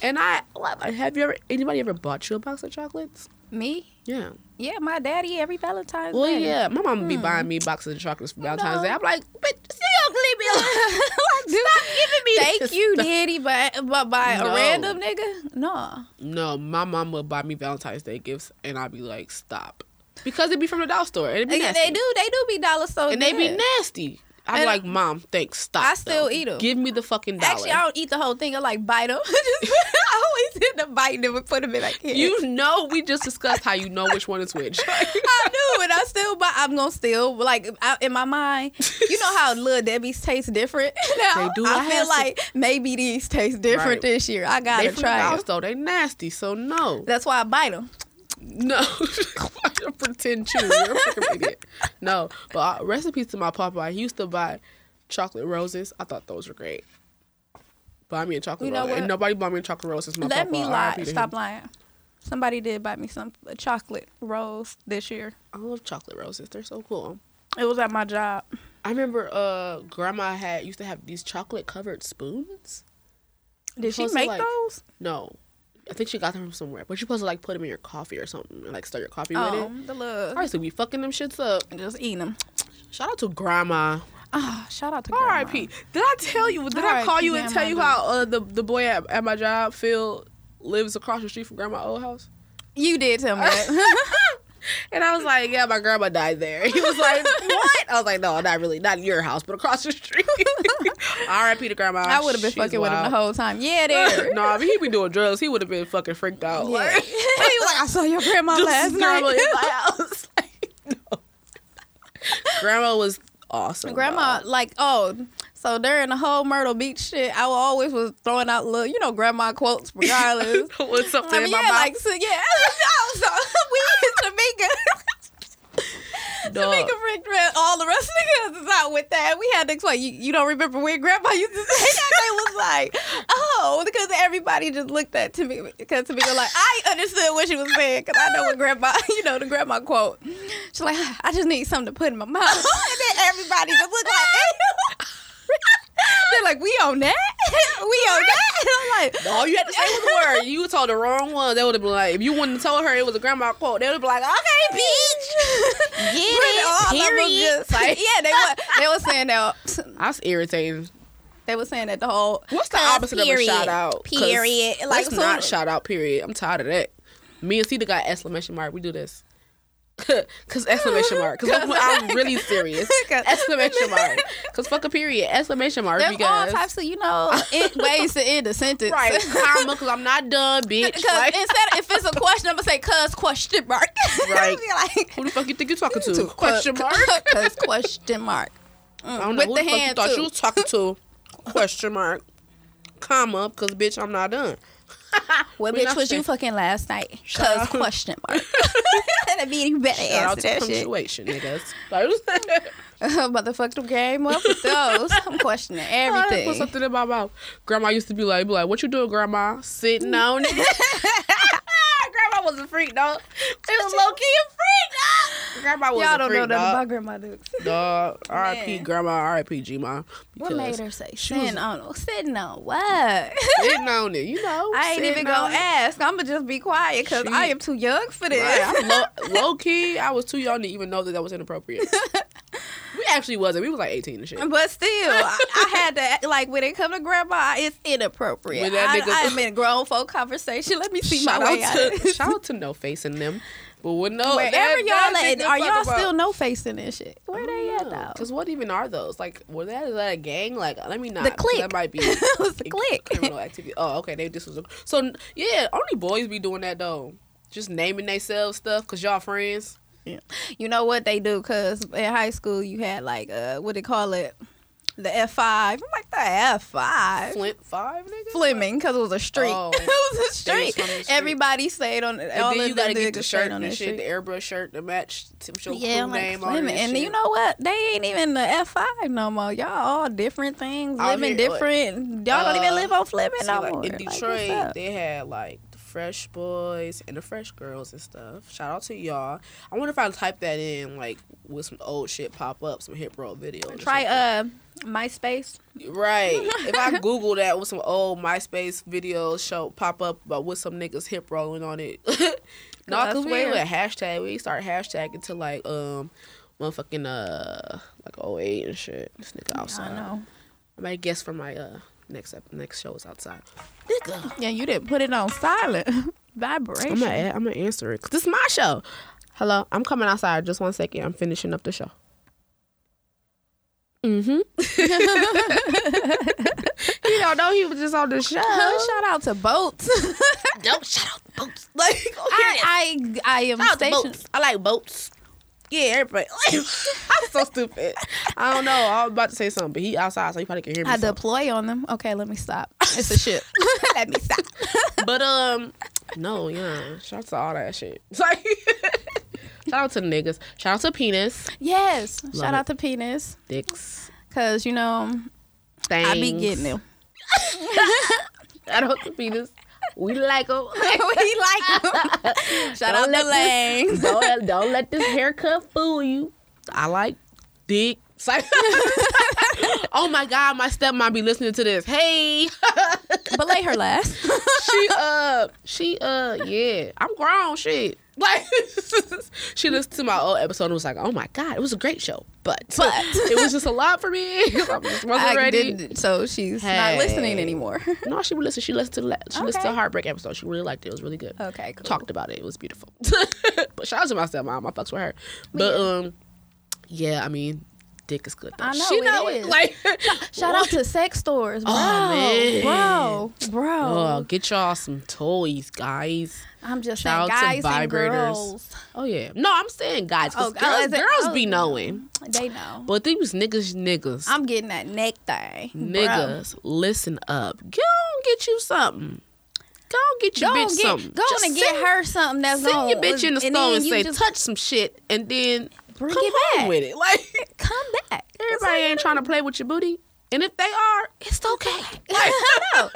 [SPEAKER 2] And I love have you ever anybody ever bought you a box of chocolates?
[SPEAKER 3] me.
[SPEAKER 2] Yeah.
[SPEAKER 3] Yeah, Hmm. my daddy every Valentine's
[SPEAKER 2] Well,
[SPEAKER 3] Day.
[SPEAKER 2] yeah. My mom be buying me boxes of chocolates for Valentine's Day. I'm like, bitch, still leave
[SPEAKER 3] [laughs]
[SPEAKER 2] me alone.
[SPEAKER 3] like, dude,
[SPEAKER 2] giving me
[SPEAKER 3] Thank
[SPEAKER 2] this
[SPEAKER 3] you,
[SPEAKER 2] stuff.
[SPEAKER 3] Diddy, but but by
[SPEAKER 2] No.
[SPEAKER 3] a random nigga, no.
[SPEAKER 2] No, my mom would buy me Valentine's Day gifts, and I'd be like, stop, because it'd be from the dollar store. It'd be
[SPEAKER 3] They,
[SPEAKER 2] nasty.
[SPEAKER 3] they do, they do be dollar store,
[SPEAKER 2] and they be
[SPEAKER 3] good.
[SPEAKER 2] nasty. I'm
[SPEAKER 3] And-
[SPEAKER 2] like, mom, thanks, stop.
[SPEAKER 3] I still
[SPEAKER 2] though.
[SPEAKER 3] eat 'em.
[SPEAKER 2] Give me the fucking dollar.
[SPEAKER 3] Actually, I don't eat the whole thing. I like bite them. [laughs] Just, I end up biting him and put him in like here.
[SPEAKER 2] You know, we just discussed how you know which one is
[SPEAKER 3] [laughs]
[SPEAKER 2] which.
[SPEAKER 3] I knew, and I still, but I'm gonna still like I, in my mind. You know how little Debbie's taste different [laughs] now.
[SPEAKER 2] do. I
[SPEAKER 3] I,
[SPEAKER 2] had
[SPEAKER 3] feel
[SPEAKER 2] some-
[SPEAKER 3] like maybe these taste different
[SPEAKER 2] Right.
[SPEAKER 3] this year. I
[SPEAKER 2] They
[SPEAKER 3] gotta
[SPEAKER 2] from the
[SPEAKER 3] try.
[SPEAKER 2] house
[SPEAKER 3] It.
[SPEAKER 2] though. They nasty, so
[SPEAKER 3] [laughs]
[SPEAKER 2] no,
[SPEAKER 3] That's why I bite them.
[SPEAKER 2] no. [laughs] pretend chew. You're a freaking idiot. No, but uh, recipes to my Popeye. He used to buy chocolate roses. I thought those were great. Buy me a chocolate
[SPEAKER 3] You know
[SPEAKER 2] rose, and
[SPEAKER 3] what?
[SPEAKER 2] nobody bought me a chocolate rose since my
[SPEAKER 3] Let
[SPEAKER 2] Popeye.
[SPEAKER 3] me
[SPEAKER 2] R.I.P.
[SPEAKER 3] lie.
[SPEAKER 2] to him.
[SPEAKER 3] Stop lying. Somebody did buy me some a chocolate rose this year.
[SPEAKER 2] I love chocolate roses. They're so cool.
[SPEAKER 3] It was at my job.
[SPEAKER 2] I remember uh grandma had used to have these chocolate covered spoons.
[SPEAKER 3] Did she
[SPEAKER 2] supposed to,
[SPEAKER 3] make
[SPEAKER 2] like-
[SPEAKER 3] those?
[SPEAKER 2] No. I think she got them from somewhere. But you're supposed to like put them in your coffee or something and like stir your coffee
[SPEAKER 3] Oh,
[SPEAKER 2] with it.
[SPEAKER 3] the little.
[SPEAKER 2] Obviously we fucking them shits up.
[SPEAKER 3] [laughs] Just eating them.
[SPEAKER 2] Shout out to grandma.
[SPEAKER 3] Ah, shout out to Grandma.
[SPEAKER 2] R.I.P. Did I tell you did I
[SPEAKER 3] R.I.P.,
[SPEAKER 2] call you and
[SPEAKER 3] Grandma
[SPEAKER 2] tell you
[SPEAKER 3] Lou.
[SPEAKER 2] how uh, the the boy at, at my job, Phil, lives across the street from grandma's old house?
[SPEAKER 3] You did tell me that. [laughs]
[SPEAKER 2] And I was like, Yeah, my grandma died there. [laughs] He was like, What? I was like, No, not really, not in your house, but across the street. [laughs] R.I.P. to grandma.
[SPEAKER 3] [laughs] I would have been
[SPEAKER 2] She's
[SPEAKER 3] fucking with him
[SPEAKER 2] wild.
[SPEAKER 3] the whole time. Yeah, [laughs]
[SPEAKER 2] [laughs]
[SPEAKER 3] there.
[SPEAKER 2] no, I mean, he be doing drugs. He would have been fucking freaked out.
[SPEAKER 3] Yeah.
[SPEAKER 2] [laughs] Like,
[SPEAKER 3] he was like, I saw your grandma
[SPEAKER 2] this
[SPEAKER 3] last
[SPEAKER 2] is grandma in
[SPEAKER 3] night. [laughs]
[SPEAKER 2] my house. [laughs] Like, no. Grandma was awesome.
[SPEAKER 3] grandma, like, oh, so during the whole Myrtle Beach shit, I always was throwing out little, you know, grandma quotes
[SPEAKER 2] [laughs]
[SPEAKER 3] regardless.
[SPEAKER 2] dog. With something
[SPEAKER 3] I mean,
[SPEAKER 2] in
[SPEAKER 3] yeah,
[SPEAKER 2] my mouth.
[SPEAKER 3] like, so, yeah, [laughs] oh, so we in
[SPEAKER 2] [laughs]
[SPEAKER 3] Jamaica.
[SPEAKER 2] Dog.
[SPEAKER 3] Jamaica freaked re- all the rest of the cousins out with that. We had to explain. You, you don't remember where grandma used to say that? They was
[SPEAKER 2] [laughs]
[SPEAKER 3] like, oh, because everybody just looked at to me because to me was like, I understood what she was saying because I know what grandma, [laughs] you know, the grandma quote. She's like, I just need something to put in
[SPEAKER 2] [laughs]
[SPEAKER 3] my mouth, and then everybody just looked like. [laughs] They're like, we on that? [laughs] we on that? [laughs] And I'm like,
[SPEAKER 2] all you had to say was
[SPEAKER 3] [laughs]
[SPEAKER 2] the word. You told the wrong one. They would have been like, if you wouldn't have told her it was a grandma quote, they would have been like, okay,
[SPEAKER 3] bitch. Get
[SPEAKER 2] it, period. [laughs]
[SPEAKER 3] like, yeah, they were they were saying that
[SPEAKER 2] That's irritating.
[SPEAKER 3] they were saying that the whole
[SPEAKER 2] What's the
[SPEAKER 3] "Cuz,
[SPEAKER 2] opposite of a shout out? 'Cause
[SPEAKER 3] Period.
[SPEAKER 2] Like,
[SPEAKER 3] so-
[SPEAKER 2] not shout out, period. I'm tired of that. Me and Cedar got exclamation mark. We do this. [laughs] Cause exclamation mark. Cause I'm,
[SPEAKER 3] [laughs]
[SPEAKER 2] I'm really serious.
[SPEAKER 3] 'Cause- [laughs]
[SPEAKER 2] exclamation mark. Cause fuck a period. Exclamation mark.
[SPEAKER 3] There's all
[SPEAKER 2] because
[SPEAKER 3] types of you
[SPEAKER 2] [laughs]
[SPEAKER 3] know it, ways to end a sentence. [laughs]
[SPEAKER 2] right.
[SPEAKER 3] Because
[SPEAKER 2] Comma. Cause I'm not done,
[SPEAKER 3] [laughs]
[SPEAKER 2] bitch. Like,
[SPEAKER 3] instead, if it's a question, I'm gonna say "cuz question mark." [laughs]
[SPEAKER 2] Right.
[SPEAKER 3] Be like,
[SPEAKER 2] who the fuck you think you're talking to?
[SPEAKER 3] "Cu-
[SPEAKER 2] Question mark.
[SPEAKER 3] [laughs] Cuz question mark.
[SPEAKER 2] I don't know
[SPEAKER 3] With
[SPEAKER 2] who the,
[SPEAKER 3] the
[SPEAKER 2] fuck you
[SPEAKER 3] hand,
[SPEAKER 2] thought
[SPEAKER 3] too.
[SPEAKER 2] you was talking to. Question mark. Comma. Cause bitch, I'm not done.
[SPEAKER 3] What
[SPEAKER 2] We
[SPEAKER 3] bitch
[SPEAKER 2] not
[SPEAKER 3] was you
[SPEAKER 2] saying-
[SPEAKER 3] fucking last night?
[SPEAKER 2] Shout
[SPEAKER 3] Cuz
[SPEAKER 2] out. [laughs]
[SPEAKER 3] question mark. [laughs] That mean you better
[SPEAKER 2] Shout out
[SPEAKER 3] answer
[SPEAKER 2] to
[SPEAKER 3] that shit. [laughs]
[SPEAKER 2] punctuation, niggas. Like, [laughs]
[SPEAKER 3] Motherfuck the game up with those. I'm questioning
[SPEAKER 2] I put
[SPEAKER 3] everything.
[SPEAKER 2] something in my mouth. Grandma used to be like, be like, what you doing, grandma?
[SPEAKER 3] [laughs]
[SPEAKER 2] Sitting on it. Ah, grandma was a freak, dog. She was low key a freak, dog. Grandma was
[SPEAKER 3] Y'all
[SPEAKER 2] a
[SPEAKER 3] don't
[SPEAKER 2] freak,
[SPEAKER 3] know nothing
[SPEAKER 2] dog.
[SPEAKER 3] about Grandma Dukes.
[SPEAKER 2] Dog, R.I.P.
[SPEAKER 3] Man.
[SPEAKER 2] Grandma, R.I.P. G-Ma.
[SPEAKER 3] What made
[SPEAKER 2] because
[SPEAKER 3] her say
[SPEAKER 2] she was-
[SPEAKER 3] sitting on? Sitting on what? [laughs]
[SPEAKER 2] Sitting on it, you know.
[SPEAKER 3] I ain't
[SPEAKER 2] sitting
[SPEAKER 3] even
[SPEAKER 2] on
[SPEAKER 3] gonna
[SPEAKER 2] it.
[SPEAKER 3] ask. I'm gonna just be quiet because I
[SPEAKER 2] She-
[SPEAKER 3] am too young for this.
[SPEAKER 2] Right. I'm Low, low key, I was too young to even know that that was inappropriate. we actually wasn't. We was like 18 and shit.
[SPEAKER 3] [laughs] But still, I, I had to act like when it come to grandma, it's inappropriate.
[SPEAKER 2] When that
[SPEAKER 3] I,
[SPEAKER 2] nigga-
[SPEAKER 3] I am in a grown folk conversation. Let me see
[SPEAKER 2] Shout
[SPEAKER 3] my way
[SPEAKER 2] out,
[SPEAKER 3] out. of
[SPEAKER 2] to, [laughs]
[SPEAKER 3] this.
[SPEAKER 2] shout out to No Face and them. But when no,
[SPEAKER 3] Wherever
[SPEAKER 2] that-
[SPEAKER 3] y'all
[SPEAKER 2] that
[SPEAKER 3] at,
[SPEAKER 2] nigga
[SPEAKER 3] are
[SPEAKER 2] fuck
[SPEAKER 3] y'all
[SPEAKER 2] about-
[SPEAKER 3] still no facing this shit? Where they at though?
[SPEAKER 2] Because what even are those? Like, were that is that a gang? Like, let me not.
[SPEAKER 3] The
[SPEAKER 2] 'cause
[SPEAKER 3] clique.
[SPEAKER 2] That might be.
[SPEAKER 3] [laughs] It was the clique.
[SPEAKER 2] Criminal activity. Oh, okay. They this was a, so yeah. Only boys be doing that though. Just naming themselves stuff because y'all friends.
[SPEAKER 3] [laughs] You know what they do? Cause in high school you had like uh what they call it, the F five. I'm like the F five.
[SPEAKER 2] Flint five nigga.
[SPEAKER 3] Fleming, cause it was a street.
[SPEAKER 2] Oh.
[SPEAKER 3] [laughs] it was a
[SPEAKER 2] They was
[SPEAKER 3] street.
[SPEAKER 2] from the street.
[SPEAKER 3] Everybody stayed on.
[SPEAKER 2] And
[SPEAKER 3] all
[SPEAKER 2] then
[SPEAKER 3] of
[SPEAKER 2] you
[SPEAKER 3] them
[SPEAKER 2] gotta get
[SPEAKER 3] niggas
[SPEAKER 2] the
[SPEAKER 3] stayed
[SPEAKER 2] shirt
[SPEAKER 3] on
[SPEAKER 2] and
[SPEAKER 3] that
[SPEAKER 2] shit, the airbrush shirt to match to your
[SPEAKER 3] Yeah,
[SPEAKER 2] crew
[SPEAKER 3] I'm like
[SPEAKER 2] name on it
[SPEAKER 3] Fleming, and
[SPEAKER 2] shit.
[SPEAKER 3] you know what? They ain't even the F five no more. Y'all all different things,
[SPEAKER 2] Out
[SPEAKER 3] living
[SPEAKER 2] here, like,
[SPEAKER 3] different. Y'all don't
[SPEAKER 2] uh,
[SPEAKER 3] even live on Fleming
[SPEAKER 2] See,
[SPEAKER 3] no
[SPEAKER 2] like,
[SPEAKER 3] more.
[SPEAKER 2] in
[SPEAKER 3] Like, what's
[SPEAKER 2] Detroit,
[SPEAKER 3] up?
[SPEAKER 2] they had like the Fresh Boys and the Fresh Girls and stuff. Shout out to y'all. I wonder if I type that in, like, with some old shit pop up, some hip roll videos. or
[SPEAKER 3] try
[SPEAKER 2] something.
[SPEAKER 3] uh MySpace. [laughs]
[SPEAKER 2] right. if I Google that with some old MySpace videos show pop up, but with some niggas hip rolling on it. [laughs] no,
[SPEAKER 3] that's
[SPEAKER 2] cause we
[SPEAKER 3] weird.
[SPEAKER 2] ain't with hashtag. We start hashtagging to like um, motherfucking uh, like 08 and shit. This nigga
[SPEAKER 3] I
[SPEAKER 2] outside.
[SPEAKER 3] don't know.
[SPEAKER 2] I might guess for my uh next ep- next show is outside.
[SPEAKER 3] Yeah, you didn't put it on silent. [laughs] Vibration.
[SPEAKER 2] I'm gonna, I'm gonna answer it 'cause this is my show. Hello, I'm coming outside. Just one second. I'm finishing up the show. You don't know Mm-hmm. [laughs] he was just on the show.
[SPEAKER 3] [laughs] Shout out to boats.
[SPEAKER 2] don't shut up, boats. [laughs]
[SPEAKER 3] [laughs]
[SPEAKER 2] Like
[SPEAKER 3] I, I I am
[SPEAKER 2] I, I,
[SPEAKER 3] stationed.
[SPEAKER 2] boats. I like boats. Yeah, everybody. [laughs] I'm so stupid. I don't know. I was about to say something, but he outside, so he probably can hear me.
[SPEAKER 3] I
[SPEAKER 2] so.
[SPEAKER 3] deploy on them. Okay, let
[SPEAKER 2] [laughs]
[SPEAKER 3] me stop. It's a ship. let me stop.
[SPEAKER 2] But um, no, yeah. Shout out to all that shit. [laughs] Like, shout out to niggas. Shout out to penis,
[SPEAKER 3] Yes. Shout
[SPEAKER 2] it.
[SPEAKER 3] out to penis,
[SPEAKER 2] dicks,
[SPEAKER 3] cause you know
[SPEAKER 2] things.
[SPEAKER 3] I be
[SPEAKER 2] [laughs]
[SPEAKER 3] getting them. [laughs]
[SPEAKER 2] Shout out to penis. We like them.
[SPEAKER 3] we like them. Shout out to Lang.
[SPEAKER 2] [laughs] [laughs] Don't, don't let this haircut fool you. I like dick. [laughs] It's like- oh my god, my stepmom be listening to this. Hey,
[SPEAKER 3] But lay her last.
[SPEAKER 2] she uh, she uh, yeah, I'm grown. Shit, like [laughs] she listened to my old episode and was like, oh my god, it was a great show, but [laughs]
[SPEAKER 3] But-
[SPEAKER 2] it was just a lot for me. [laughs] I just [laughs]
[SPEAKER 3] [laughs]
[SPEAKER 2] wasn't
[SPEAKER 3] I
[SPEAKER 2] ready.
[SPEAKER 3] didn't, so she's not listening
[SPEAKER 2] Hey.
[SPEAKER 3] anymore. [laughs]
[SPEAKER 2] No, she would listen. She listened to the la- she listened to the
[SPEAKER 3] Okay.
[SPEAKER 2] heartbreak episode. She really liked it. It was really good.
[SPEAKER 3] Okay, cool.
[SPEAKER 2] Talked about it. It was beautiful. [laughs] but shout out to my stepmom. I fucks with her. But um, yeah, I mean, dick is good. Though.
[SPEAKER 3] I know,
[SPEAKER 2] she
[SPEAKER 3] it
[SPEAKER 2] know
[SPEAKER 3] is.
[SPEAKER 2] it. Like
[SPEAKER 3] Shout out to sex stores, bro,
[SPEAKER 2] Oh, man.
[SPEAKER 3] bro,
[SPEAKER 2] [laughs]
[SPEAKER 3] bro.
[SPEAKER 2] Oh, get y'all some toys, guys.
[SPEAKER 3] I'm just
[SPEAKER 2] shout
[SPEAKER 3] saying,
[SPEAKER 2] out to
[SPEAKER 3] guys and
[SPEAKER 2] vibrators.
[SPEAKER 3] girls,
[SPEAKER 2] Oh yeah. No, I'm saying guys. 'cause
[SPEAKER 3] Oh, oh,
[SPEAKER 2] girls,
[SPEAKER 3] is it-
[SPEAKER 2] girls
[SPEAKER 3] oh,
[SPEAKER 2] be
[SPEAKER 3] no.
[SPEAKER 2] knowing,
[SPEAKER 3] they know.
[SPEAKER 2] but these niggas, niggas,
[SPEAKER 3] I'm getting that neck thing, Bro.
[SPEAKER 2] niggas. Listen up. Go and get you something. Go and get your
[SPEAKER 3] Go
[SPEAKER 2] bitch
[SPEAKER 3] and get,
[SPEAKER 2] something.
[SPEAKER 3] go
[SPEAKER 2] Just
[SPEAKER 3] and get
[SPEAKER 2] send
[SPEAKER 3] her something that's
[SPEAKER 2] send your
[SPEAKER 3] gonna-
[SPEAKER 2] bitch in the
[SPEAKER 3] and
[SPEAKER 2] store
[SPEAKER 3] then
[SPEAKER 2] and
[SPEAKER 3] you
[SPEAKER 2] say
[SPEAKER 3] just
[SPEAKER 2] touch some shit and then
[SPEAKER 3] Bring
[SPEAKER 2] come
[SPEAKER 3] it
[SPEAKER 2] home
[SPEAKER 3] back.
[SPEAKER 2] with it. [laughs] Like
[SPEAKER 3] come back.
[SPEAKER 2] everybody ain't trying to play with your booty, and if they are, it's
[SPEAKER 3] [laughs]
[SPEAKER 2] okay. Like,
[SPEAKER 3] I know.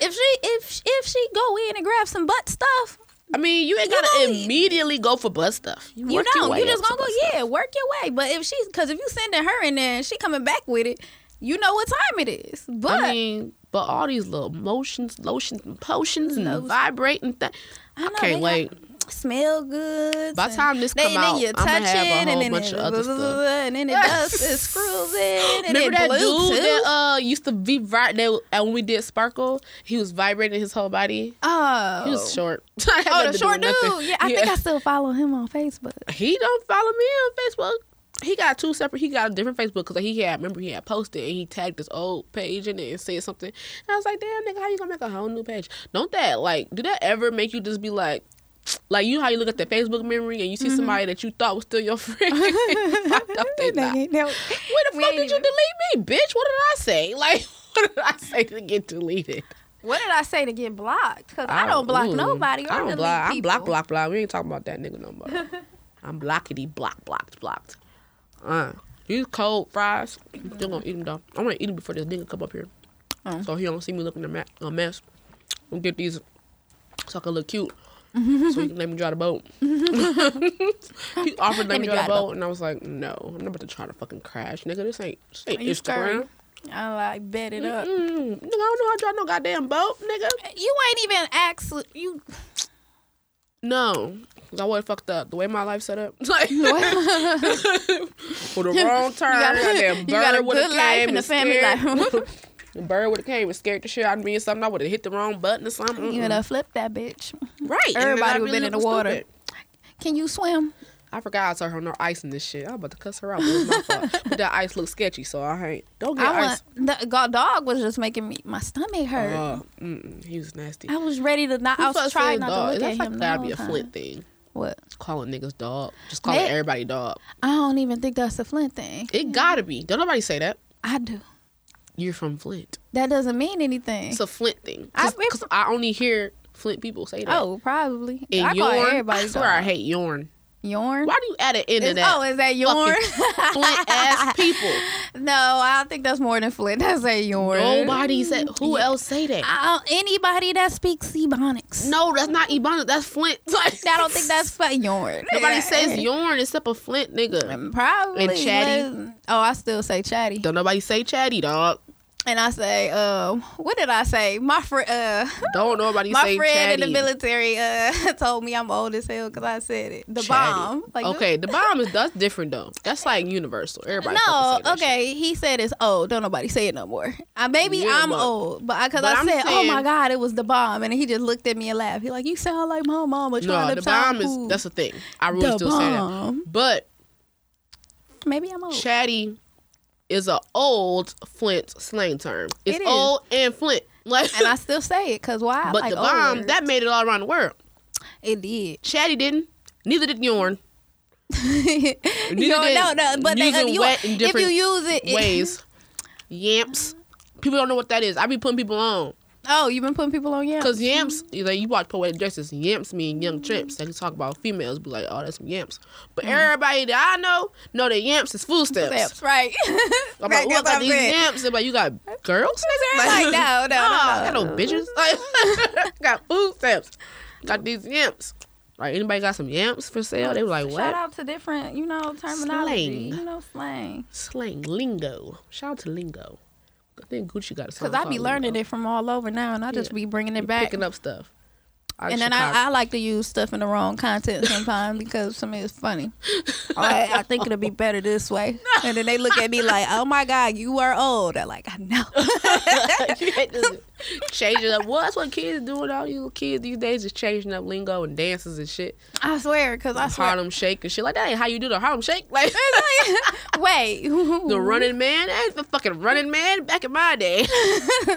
[SPEAKER 3] If she if if she go in and grab some butt stuff,
[SPEAKER 2] I mean, you ain't gotta
[SPEAKER 3] know you-
[SPEAKER 2] immediately go for butt stuff. You,
[SPEAKER 3] you
[SPEAKER 2] work your
[SPEAKER 3] know,
[SPEAKER 2] way
[SPEAKER 3] you just
[SPEAKER 2] up to
[SPEAKER 3] gonna go,
[SPEAKER 2] butt
[SPEAKER 3] yeah, work your way. But if she's because if you sending her in there and she coming back with it, you know what time it is. But
[SPEAKER 2] stuff. I mean, but all these little motions, lotions, and potions, and the
[SPEAKER 3] Lotion.
[SPEAKER 2] vibrating thing.
[SPEAKER 3] I know,
[SPEAKER 2] I can't
[SPEAKER 3] they
[SPEAKER 2] wait.
[SPEAKER 3] smell good.
[SPEAKER 2] By the time this come out, I'ma have a whole bunch of other stuff.
[SPEAKER 3] and then it does
[SPEAKER 2] [laughs]
[SPEAKER 3] it screws in and
[SPEAKER 2] Remember
[SPEAKER 3] it
[SPEAKER 2] that dude
[SPEAKER 3] Bluetooth.
[SPEAKER 2] that uh used to be right there when we did Sparkle? He was vibrating his whole body.
[SPEAKER 3] oh,
[SPEAKER 2] He was short. [laughs]
[SPEAKER 3] oh, the short dude. Yeah, I think I still follow him on Facebook.
[SPEAKER 2] he don't follow me on Facebook. He got two separate. He got a different Facebook because he had. Remember, he had posted and he tagged his old page in it and said something. And I was like, "Damn, nigga, how you gonna make a whole new page? Don't that like? Do that ever make you just be like, like you know how you look at the Facebook memory and you
[SPEAKER 3] Mm-hmm.
[SPEAKER 2] see somebody that you thought was still your [laughs] friend?
[SPEAKER 3] [laughs]
[SPEAKER 2] Fucked up, they not. Where the
[SPEAKER 3] We
[SPEAKER 2] fuck
[SPEAKER 3] ain't
[SPEAKER 2] did you
[SPEAKER 3] even-
[SPEAKER 2] delete me, bitch? What did I say? [laughs] Like, what did I say to get deleted?
[SPEAKER 3] What did I say to get blocked? Because I, don't block
[SPEAKER 2] ooh,
[SPEAKER 3] nobody. Or
[SPEAKER 2] Mm-hmm. I don't
[SPEAKER 3] delete
[SPEAKER 2] block. I'm
[SPEAKER 3] people.
[SPEAKER 2] block, block, block. We ain't talking about that nigga no
[SPEAKER 3] [laughs]
[SPEAKER 2] more. I'm blockity, block, blocked, blocked. Uh, these cold fries, I'm still gonna eat them though. I'm gonna eat them before this nigga come up here,
[SPEAKER 3] Oh.
[SPEAKER 2] so he don't see me looking a, ma- a mess. I'm gonna get these so I can look
[SPEAKER 3] [laughs]
[SPEAKER 2] cute. so he can let me drive the boat. he offered to let me drive the boat, and I was like, no, I'm not about to try to fucking crash, nigga. This ain't, this ain't
[SPEAKER 3] You scurry.
[SPEAKER 2] Instagram.
[SPEAKER 3] I like bet it up.
[SPEAKER 2] Mm, nigga, I don't know how to drive no goddamn boat, nigga.
[SPEAKER 3] You ain't even asked. You
[SPEAKER 2] No, 'cause I wasn't fucked up. The way my life set up, [laughs] like [laughs]
[SPEAKER 3] [laughs]
[SPEAKER 2] for the wrong turn,
[SPEAKER 3] got a-
[SPEAKER 2] goddamn
[SPEAKER 3] you got a
[SPEAKER 2] bird would have
[SPEAKER 3] good life
[SPEAKER 2] came
[SPEAKER 3] and a family
[SPEAKER 2] scared-
[SPEAKER 3] life.
[SPEAKER 2] the [laughs] bird would have came and scared the shit out of me or something. I would have hit the wrong button or something.
[SPEAKER 3] [laughs] you
[SPEAKER 2] Mm-mm.
[SPEAKER 3] would have flipped that bitch.
[SPEAKER 2] right? and then
[SPEAKER 3] everybody
[SPEAKER 2] I'd
[SPEAKER 3] would've been in the
[SPEAKER 2] looking
[SPEAKER 3] water.
[SPEAKER 2] stupid.
[SPEAKER 3] Can you swim?
[SPEAKER 2] I forgot I told her no ice in this shit. I'm about to cuss her out. But it was my fault.
[SPEAKER 3] [laughs]
[SPEAKER 2] But that ice looked sketchy, so I ain't. Don't get
[SPEAKER 3] I
[SPEAKER 2] ice.
[SPEAKER 3] want the go- dog was just making me my stomach hurt.
[SPEAKER 2] Uh, mm-mm, he was nasty.
[SPEAKER 3] I was ready to not. I
[SPEAKER 2] Who fucks
[SPEAKER 3] was trying
[SPEAKER 2] with
[SPEAKER 3] not
[SPEAKER 2] dog?
[SPEAKER 3] to look
[SPEAKER 2] That's
[SPEAKER 3] at
[SPEAKER 2] like
[SPEAKER 3] him. the
[SPEAKER 2] That'd
[SPEAKER 3] whole
[SPEAKER 2] be a
[SPEAKER 3] time.
[SPEAKER 2] Flint thing.
[SPEAKER 3] What?
[SPEAKER 2] Calling niggas dog. Just calling
[SPEAKER 3] Nick-
[SPEAKER 2] everybody dog.
[SPEAKER 3] I don't even think that's a Flint thing.
[SPEAKER 2] It gotta be. Don't nobody say that.
[SPEAKER 3] I do.
[SPEAKER 2] You're from Flint.
[SPEAKER 3] That doesn't mean anything.
[SPEAKER 2] It's a Flint thing.
[SPEAKER 3] I- it-
[SPEAKER 2] Because I, only hear Flint people say that.
[SPEAKER 3] oh, probably.
[SPEAKER 2] and
[SPEAKER 3] I call
[SPEAKER 2] yorn.
[SPEAKER 3] everybody
[SPEAKER 2] I swear I hate yorn.
[SPEAKER 3] Yorn.
[SPEAKER 2] Why do you add an end to
[SPEAKER 3] Is-
[SPEAKER 2] that?
[SPEAKER 3] oh, is that yorn?
[SPEAKER 2] Fucking Flint
[SPEAKER 3] [laughs]
[SPEAKER 2] ass people.
[SPEAKER 3] no, I don't think that's more than Flint. That's a yorn.
[SPEAKER 2] Nobody said. Who else say that?
[SPEAKER 3] Mm. I don't- anybody that speaks ebonics.
[SPEAKER 2] no, that's not Ebonics. That's Flint. Like,
[SPEAKER 3] [laughs] I don't think that's for yarn.
[SPEAKER 2] [laughs] nobody says yorn except a Flint
[SPEAKER 3] Mm.
[SPEAKER 2] nigga.
[SPEAKER 3] Probably.
[SPEAKER 2] And chatty.
[SPEAKER 3] but- Oh, I still say chatty.
[SPEAKER 2] Don't nobody say chatty dog.
[SPEAKER 3] And I say, um, what did I say? My friend, uh,
[SPEAKER 2] Don't nobody
[SPEAKER 3] my
[SPEAKER 2] say
[SPEAKER 3] friend
[SPEAKER 2] chatty.
[SPEAKER 3] in the military uh [laughs] told me I'm old as hell because I said it. The
[SPEAKER 2] Chatty.
[SPEAKER 3] bomb. Like,
[SPEAKER 2] okay, the bomb is that's different though. That's like universal. Everybody.
[SPEAKER 3] No,
[SPEAKER 2] fucking say that shit.
[SPEAKER 3] okay. He said it's old. Don't nobody say it no more. I, maybe
[SPEAKER 2] Yeah,
[SPEAKER 3] I'm
[SPEAKER 2] but-
[SPEAKER 3] old, but because
[SPEAKER 2] but
[SPEAKER 3] I,
[SPEAKER 2] I'm
[SPEAKER 3] said,
[SPEAKER 2] saying-
[SPEAKER 3] "Oh my God, it was the bomb," and he just looked at me and laughed. He like, "You sound like my mama trying
[SPEAKER 2] No, the
[SPEAKER 3] to sound
[SPEAKER 2] bomb is
[SPEAKER 3] cool."
[SPEAKER 2] that's the thing. I really
[SPEAKER 3] The
[SPEAKER 2] still say
[SPEAKER 3] bomb.
[SPEAKER 2] that. But
[SPEAKER 3] Maybe I'm old.
[SPEAKER 2] chatty is an old Flint slang term. It's
[SPEAKER 3] It is.
[SPEAKER 2] old and Flint. Like, [laughs]
[SPEAKER 3] and I still say it because why? I
[SPEAKER 2] but
[SPEAKER 3] like
[SPEAKER 2] the
[SPEAKER 3] old
[SPEAKER 2] bomb
[SPEAKER 3] words.
[SPEAKER 2] that made it all around the world.
[SPEAKER 3] it did. [laughs]
[SPEAKER 2] Chatty didn't. Neither did Yorn.
[SPEAKER 3] Yo,
[SPEAKER 2] did
[SPEAKER 3] no, no, but they,
[SPEAKER 2] using
[SPEAKER 3] you,
[SPEAKER 2] wet in
[SPEAKER 3] if you
[SPEAKER 2] different
[SPEAKER 3] use it, it-
[SPEAKER 2] Ways, yamps. People don't know what that is. I be putting people on
[SPEAKER 3] [laughs] oh, you've been putting people on yeah.
[SPEAKER 2] because yamps. You like you watch poetic justice. Yamps mean young chimps. They talk about females. Be like, oh, that's some yamps.
[SPEAKER 3] Mm.
[SPEAKER 2] But everybody that I know know that yamps is food stamps. [laughs]
[SPEAKER 3] Steps, right? [laughs]
[SPEAKER 2] I'm
[SPEAKER 3] That's
[SPEAKER 2] like,
[SPEAKER 3] what
[SPEAKER 2] what about
[SPEAKER 3] I'm
[SPEAKER 2] these
[SPEAKER 3] saying.
[SPEAKER 2] yamps? They're like, you
[SPEAKER 3] [laughs]
[SPEAKER 2] got girls?
[SPEAKER 3] Like, no, no, no,
[SPEAKER 2] Nah, I
[SPEAKER 3] no,
[SPEAKER 2] got no bitches. [laughs] Like, [laughs] got food stamps. Got these yamps. Like, anybody got some yamps for sale? They were like,
[SPEAKER 3] Shout
[SPEAKER 2] what?
[SPEAKER 3] out to different, you know, terminology,
[SPEAKER 2] Slang.
[SPEAKER 3] you know, slang.
[SPEAKER 2] Slang, lingo. Shout out to lingo. I think Gucci got a song.
[SPEAKER 3] Because I be learning it from all over now, and I just
[SPEAKER 2] Yeah.
[SPEAKER 3] be bringing it back.
[SPEAKER 2] Picking up stuff. Out
[SPEAKER 3] and then
[SPEAKER 2] Chicago.
[SPEAKER 3] I, I like to use stuff in the wrong context sometimes because some of it's
[SPEAKER 2] [laughs]
[SPEAKER 3] funny. I, I think it'll be better this way. And then they look at me like, oh my God, you are old. I'm like, I
[SPEAKER 2] [laughs]
[SPEAKER 3] know.
[SPEAKER 2] You [laughs] had to change it up. Well, that's what kids are doing. All you kids these days is changing up lingo and dances and shit.
[SPEAKER 3] I swear, because I swear.
[SPEAKER 2] Harlem shake and shit like that. Ain't how you do the Harlem shake. [laughs] Like
[SPEAKER 3] [laughs] Wait.
[SPEAKER 2] The running man, that ain't the fucking running man back in my day.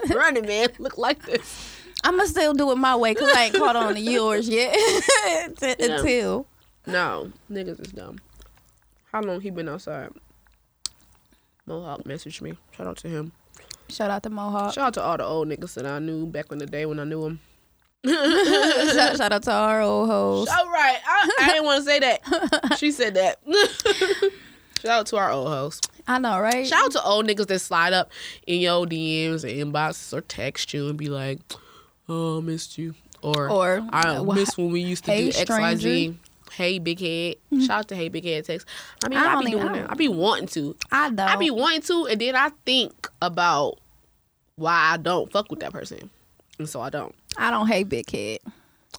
[SPEAKER 2] running man look like this.
[SPEAKER 3] I'm going to still do it my way because I ain't caught on to yours yet. [laughs] Until- Until.
[SPEAKER 2] No, niggas is dumb. How long he been outside? Mohawk messaged me. Shout out to him.
[SPEAKER 3] Shout out to Mohawk.
[SPEAKER 2] Shout out to all the old niggas that I knew back in the day when I knew him.
[SPEAKER 3] shout, shout out to our old hoes.
[SPEAKER 2] All right, I, I didn't want to say that. She said that. [laughs] Shout out to our old hoes.
[SPEAKER 3] I know, right?
[SPEAKER 2] Shout out to old niggas that slide up in your DMs and inboxes or text you and be like, "Oh, I missed you," or
[SPEAKER 3] Or,
[SPEAKER 2] "I
[SPEAKER 3] uh, wh-
[SPEAKER 2] miss when we used to
[SPEAKER 3] hey,
[SPEAKER 2] do X Y
[SPEAKER 3] stranger. Mm-hmm.
[SPEAKER 2] G." Hey, big head. Shout out to Hey, big head text. I mean,
[SPEAKER 3] I Oh.
[SPEAKER 2] I,
[SPEAKER 3] don't
[SPEAKER 2] be
[SPEAKER 3] even-
[SPEAKER 2] doing
[SPEAKER 3] I
[SPEAKER 2] that.
[SPEAKER 3] don't-
[SPEAKER 2] I be wanting to.
[SPEAKER 3] I know.
[SPEAKER 2] I be wanting to, and then I think about why I don't fuck with that person, and so I don't.
[SPEAKER 3] I don't hate big head.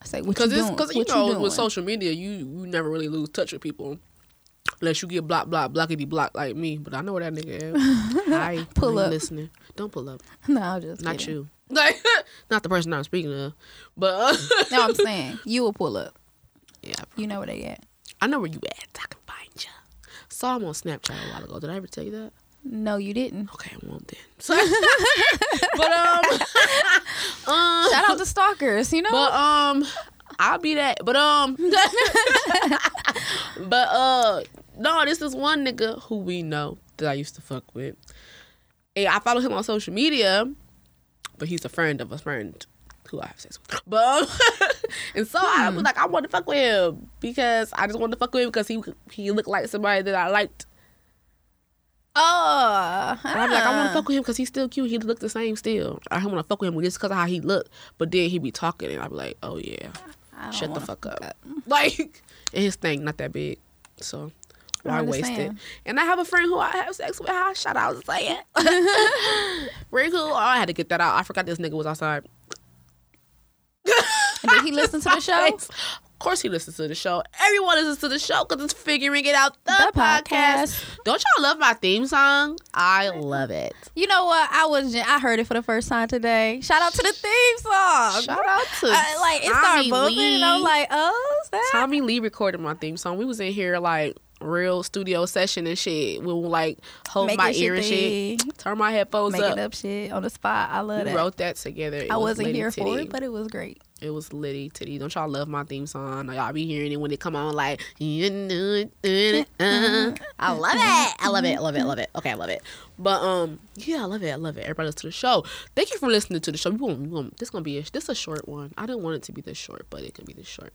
[SPEAKER 3] I say what you
[SPEAKER 2] Because it's
[SPEAKER 3] doing?
[SPEAKER 2] because you
[SPEAKER 3] what
[SPEAKER 2] know
[SPEAKER 3] doing?
[SPEAKER 2] with social media you you never really lose touch with people unless you get block block blockity block like me. But I know where that nigga is.
[SPEAKER 3] [laughs]
[SPEAKER 2] Hi,
[SPEAKER 3] Pull
[SPEAKER 2] I ain't
[SPEAKER 3] up.
[SPEAKER 2] listening. Don't pull up.
[SPEAKER 3] [laughs] No, I'm just
[SPEAKER 2] Not
[SPEAKER 3] kidding.
[SPEAKER 2] you. [laughs] Like not the person I'm speaking of. But uh, [laughs]
[SPEAKER 3] No, I'm saying you will pull up.
[SPEAKER 2] yeah,
[SPEAKER 3] You know where they at.
[SPEAKER 2] I know where you at. I can find you. Saw him on Snapchat a while ago. Did I ever tell you that?
[SPEAKER 3] No, you didn't.
[SPEAKER 2] Okay, I won't then. [laughs] So, but um, um,
[SPEAKER 3] Shout out to stalkers. You know,
[SPEAKER 2] But um, I'll be that. But um, but uh, no, this is one nigga who we know that I used to fuck with. And I follow him on social media, but he's a friend of a friend who I have sex with. But um, [laughs] and so I was like, I want to fuck with him because I just wanted to fuck with him because he he looked like somebody that I liked.
[SPEAKER 3] oh,
[SPEAKER 2] And I'm like, I want to fuck with him because he's still cute. He looked the same still. I want to fuck with him just because of how he looked. But then he be talking, and i be like, oh yeah.
[SPEAKER 3] I don't
[SPEAKER 2] shut the
[SPEAKER 3] wanna
[SPEAKER 2] fuck up. [laughs] Like, and his thing not that big, so why
[SPEAKER 3] I
[SPEAKER 2] waste it?
[SPEAKER 3] understand.
[SPEAKER 2] And I have a friend who I have sex with. How shout out to say it.
[SPEAKER 3] [laughs]
[SPEAKER 2] [laughs] Very cool. Oh, I had to get that out. I forgot this nigga was outside.
[SPEAKER 3] And did he listen to the show?
[SPEAKER 2] Thanks. Of course, he listens to the show. Everyone listens to the show because it's figuring it out the,
[SPEAKER 3] The
[SPEAKER 2] podcast.
[SPEAKER 3] podcast.
[SPEAKER 2] Don't y'all love my theme song? I love it.
[SPEAKER 3] You know what? I was ju- I heard it for the first time today. Shout out to the theme song.
[SPEAKER 2] Shout out to
[SPEAKER 3] I, like it
[SPEAKER 2] Tommy
[SPEAKER 3] started bumping, and I'm
[SPEAKER 2] Lee.
[SPEAKER 3] like, oh, is that?
[SPEAKER 2] Tommy Lee recorded my theme song. We was in here like real studio session and shit. We would like hold
[SPEAKER 3] Making
[SPEAKER 2] my
[SPEAKER 3] shit
[SPEAKER 2] ear and shit,
[SPEAKER 3] big.
[SPEAKER 2] turn my headphones
[SPEAKER 3] making
[SPEAKER 2] up.
[SPEAKER 3] up. shit on the spot. I love
[SPEAKER 2] We
[SPEAKER 3] that.
[SPEAKER 2] wrote that together. It
[SPEAKER 3] I
[SPEAKER 2] was
[SPEAKER 3] wasn't
[SPEAKER 2] litty
[SPEAKER 3] here for
[SPEAKER 2] titty.
[SPEAKER 3] it, but it was great.
[SPEAKER 2] it was litty titty. Don't y'all love my theme song? Like, y'all be hearing it when it come on. Like you know, it, uh,
[SPEAKER 3] [laughs]
[SPEAKER 2] uh. I love it. I love it. I love it. I love it. Okay, I love it. But um, yeah, I love it. I love it. Everybody listen to the show. Thank you for listening to the show. We won't, we won't, this gonna be a, this a short one. I didn't want it to be this short, but it could be this short.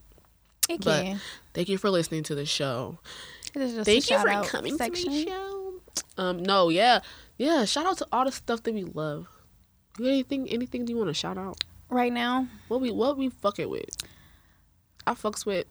[SPEAKER 3] It
[SPEAKER 2] But
[SPEAKER 3] can.
[SPEAKER 2] thank you for listening to the show.
[SPEAKER 3] It is just a
[SPEAKER 2] Thank you for
[SPEAKER 3] shout-out
[SPEAKER 2] coming to
[SPEAKER 3] section.
[SPEAKER 2] my show. Um, no, yeah, yeah. Shout out to all the stuff that we love. You got anything? Anything do you want to shout out?
[SPEAKER 3] right now.
[SPEAKER 2] What we what we fuck it with? I fucks with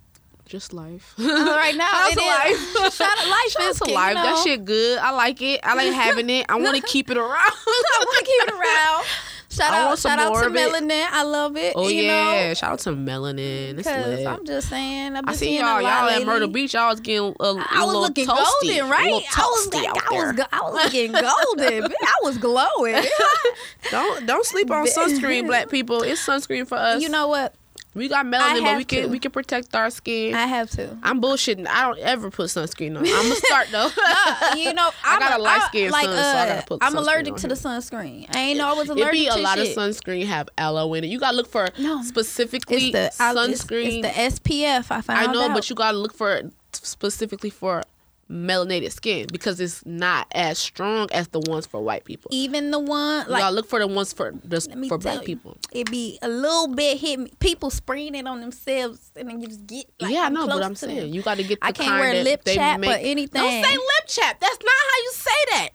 [SPEAKER 2] just life.
[SPEAKER 3] Uh,
[SPEAKER 2] [laughs]
[SPEAKER 3] right now,
[SPEAKER 2] Shout out
[SPEAKER 3] it
[SPEAKER 2] to
[SPEAKER 3] is.
[SPEAKER 2] life.
[SPEAKER 3] Shout out- life
[SPEAKER 2] Shout out
[SPEAKER 3] is
[SPEAKER 2] to
[SPEAKER 3] king,
[SPEAKER 2] life.
[SPEAKER 3] you
[SPEAKER 2] That
[SPEAKER 3] know.
[SPEAKER 2] shit good. I like it. I like having it. I
[SPEAKER 3] [laughs]
[SPEAKER 2] want to keep it around.
[SPEAKER 3] I want to keep it around. Shout
[SPEAKER 2] I
[SPEAKER 3] out,
[SPEAKER 2] want some
[SPEAKER 3] shout out
[SPEAKER 2] more
[SPEAKER 3] to
[SPEAKER 2] of it.
[SPEAKER 3] melanin. I love it.
[SPEAKER 2] Oh
[SPEAKER 3] you
[SPEAKER 2] yeah!
[SPEAKER 3] know,
[SPEAKER 2] Shout out to melanin. It's
[SPEAKER 3] because
[SPEAKER 2] lit.
[SPEAKER 3] I'm just saying, I've
[SPEAKER 2] I
[SPEAKER 3] been
[SPEAKER 2] see
[SPEAKER 3] seeing
[SPEAKER 2] y'all.
[SPEAKER 3] a lot
[SPEAKER 2] Y'all
[SPEAKER 3] lately.
[SPEAKER 2] at Myrtle Beach. Y'all was getting a, a
[SPEAKER 3] I was
[SPEAKER 2] little
[SPEAKER 3] looking
[SPEAKER 2] toasty,
[SPEAKER 3] golden,
[SPEAKER 2] A
[SPEAKER 3] right?
[SPEAKER 2] little
[SPEAKER 3] I was
[SPEAKER 2] toasty
[SPEAKER 3] like,
[SPEAKER 2] out
[SPEAKER 3] I was,
[SPEAKER 2] there.
[SPEAKER 3] go- I was looking golden. bitch. I was glowing.
[SPEAKER 2] [laughs]
[SPEAKER 3] [laughs]
[SPEAKER 2] Don't don't sleep on sunscreen, black people. It's sunscreen for us.
[SPEAKER 3] you know what?
[SPEAKER 2] We got
[SPEAKER 3] I
[SPEAKER 2] melanin, but
[SPEAKER 3] have
[SPEAKER 2] we can
[SPEAKER 3] to.
[SPEAKER 2] we can protect our skin.
[SPEAKER 3] I have to.
[SPEAKER 2] I'm bullshitting. I don't ever put sunscreen on. I'm gonna start
[SPEAKER 3] [laughs]
[SPEAKER 2] though.
[SPEAKER 3] Uh, you know,
[SPEAKER 2] I
[SPEAKER 3] I'm
[SPEAKER 2] got a light-skinned
[SPEAKER 3] [laughs] I- like,
[SPEAKER 2] son, so I gotta
[SPEAKER 3] uh,
[SPEAKER 2] put
[SPEAKER 3] I'm
[SPEAKER 2] sunscreen
[SPEAKER 3] allergic
[SPEAKER 2] on
[SPEAKER 3] to
[SPEAKER 2] him.
[SPEAKER 3] the sunscreen. I ain't know I was allergic
[SPEAKER 2] it be a
[SPEAKER 3] to
[SPEAKER 2] lot of
[SPEAKER 3] shit.
[SPEAKER 2] sunscreen have aloe in it. You gotta look for
[SPEAKER 3] No.
[SPEAKER 2] specifically
[SPEAKER 3] It's the I- it's-
[SPEAKER 2] sunscreen.
[SPEAKER 3] It's, the SPF. I found
[SPEAKER 2] I know,
[SPEAKER 3] out.
[SPEAKER 2] but you gotta look for it specifically for melanated skin because it's not as strong as the ones for white people.
[SPEAKER 3] even the one
[SPEAKER 2] you
[SPEAKER 3] E, like
[SPEAKER 2] gotta look for the ones for just
[SPEAKER 3] let me
[SPEAKER 2] for
[SPEAKER 3] tell
[SPEAKER 2] black
[SPEAKER 3] you,
[SPEAKER 2] people.
[SPEAKER 3] it be a little bit hit me. People spraying it on themselves, and then you just get like,
[SPEAKER 2] yeah, I
[SPEAKER 3] I'm
[SPEAKER 2] know, but
[SPEAKER 3] close
[SPEAKER 2] I'm
[SPEAKER 3] to
[SPEAKER 2] saying
[SPEAKER 3] them.
[SPEAKER 2] you gotta get. The
[SPEAKER 3] I can't
[SPEAKER 2] kind
[SPEAKER 3] wear
[SPEAKER 2] that
[SPEAKER 3] lip
[SPEAKER 2] they
[SPEAKER 3] chap
[SPEAKER 2] make-
[SPEAKER 3] or anything.
[SPEAKER 2] Don't say lip chap. That's not how you say that.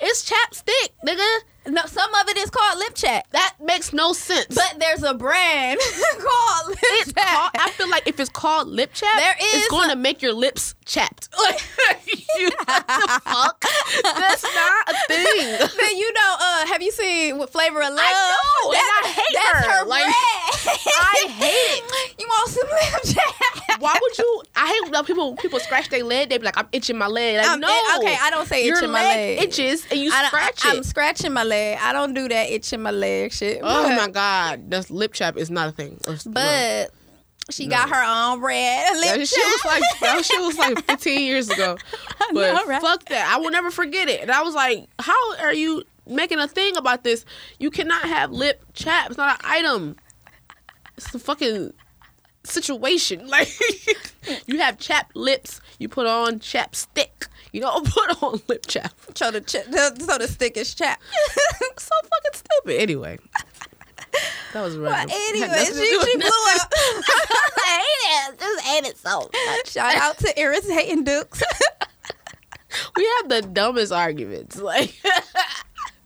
[SPEAKER 2] It's chapstick, nigga.
[SPEAKER 3] No, some of it is called lip chat,
[SPEAKER 2] That makes no sense.
[SPEAKER 3] but there's a brand [laughs] called lip
[SPEAKER 2] it's
[SPEAKER 3] chat.
[SPEAKER 2] called, I feel like if it's called lip chap,
[SPEAKER 3] There
[SPEAKER 2] it's
[SPEAKER 3] is
[SPEAKER 2] going to make your lips chapped.
[SPEAKER 3] [laughs]
[SPEAKER 2] you what the fuck? [laughs] That's not a thing.
[SPEAKER 3] Then you know, uh, have you seen what Flavor of Love?
[SPEAKER 2] know, and I hate
[SPEAKER 3] that's
[SPEAKER 2] her.
[SPEAKER 3] her
[SPEAKER 2] Like,
[SPEAKER 3] brand.
[SPEAKER 2] I hate
[SPEAKER 3] it. [laughs] You want some lip chat?
[SPEAKER 2] Why would you? I hate when people people scratch their leg. They be like, "I'm itching my leg." Like,
[SPEAKER 3] I'm-
[SPEAKER 2] no,
[SPEAKER 3] okay, I don't say
[SPEAKER 2] your
[SPEAKER 3] itching my leg.
[SPEAKER 2] itches and you
[SPEAKER 3] I don't-
[SPEAKER 2] scratch
[SPEAKER 3] I'm
[SPEAKER 2] it.
[SPEAKER 3] scratching my leg. I don't do that itching my leg shit.
[SPEAKER 2] oh
[SPEAKER 3] but,
[SPEAKER 2] my god, that's lip chap is not a thing. It's- no.
[SPEAKER 3] But she got her own brand.
[SPEAKER 2] That
[SPEAKER 3] Lip
[SPEAKER 2] shit was
[SPEAKER 3] chat.
[SPEAKER 2] like that shit was like 15 years
[SPEAKER 3] [laughs]
[SPEAKER 2] ago. But
[SPEAKER 3] know, right?
[SPEAKER 2] fuck that. I will never forget it. And I was like, how are you making a thing about this? You cannot have lip chap. It's not an item. It's a fucking situation. [laughs] Like you have chapped lips, you put on chapstick. You don't [laughs] put on lip chap.
[SPEAKER 3] so the, ch- the, so the stick is [laughs] chap.
[SPEAKER 2] so fucking stupid. Anyway. [laughs] That was
[SPEAKER 3] But
[SPEAKER 2] [laughs] right.
[SPEAKER 3] anyway, she, she blew up. I hate [laughs] it. Just hate it so much. Shout out to Irritating [laughs] Dukes.
[SPEAKER 2] We have the dumbest arguments. Like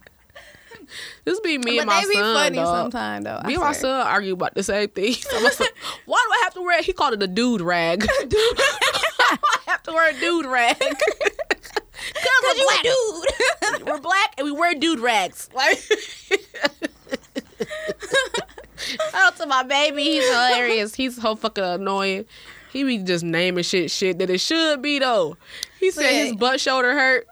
[SPEAKER 2] [laughs] this be me
[SPEAKER 3] but
[SPEAKER 2] and my
[SPEAKER 3] they be
[SPEAKER 2] son.
[SPEAKER 3] funny
[SPEAKER 2] dog.
[SPEAKER 3] sometimes, though.
[SPEAKER 2] Me
[SPEAKER 3] I
[SPEAKER 2] and my
[SPEAKER 3] swear.
[SPEAKER 2] son argue about the same thing. [laughs] So my son, Why do I have to wear? He called it a dude rag. [laughs] Dude, I have to wear a dude rag. [laughs] Cause
[SPEAKER 3] you
[SPEAKER 2] we're
[SPEAKER 3] a
[SPEAKER 2] black.
[SPEAKER 3] dude. [laughs]
[SPEAKER 2] We're black and we wear dude rags. Like, [laughs] shout out to my baby. He's hilarious. He's so fucking annoying. He be just naming shit shit that it should be though. He said his
[SPEAKER 3] Shit.
[SPEAKER 2] butt shoulder hurt.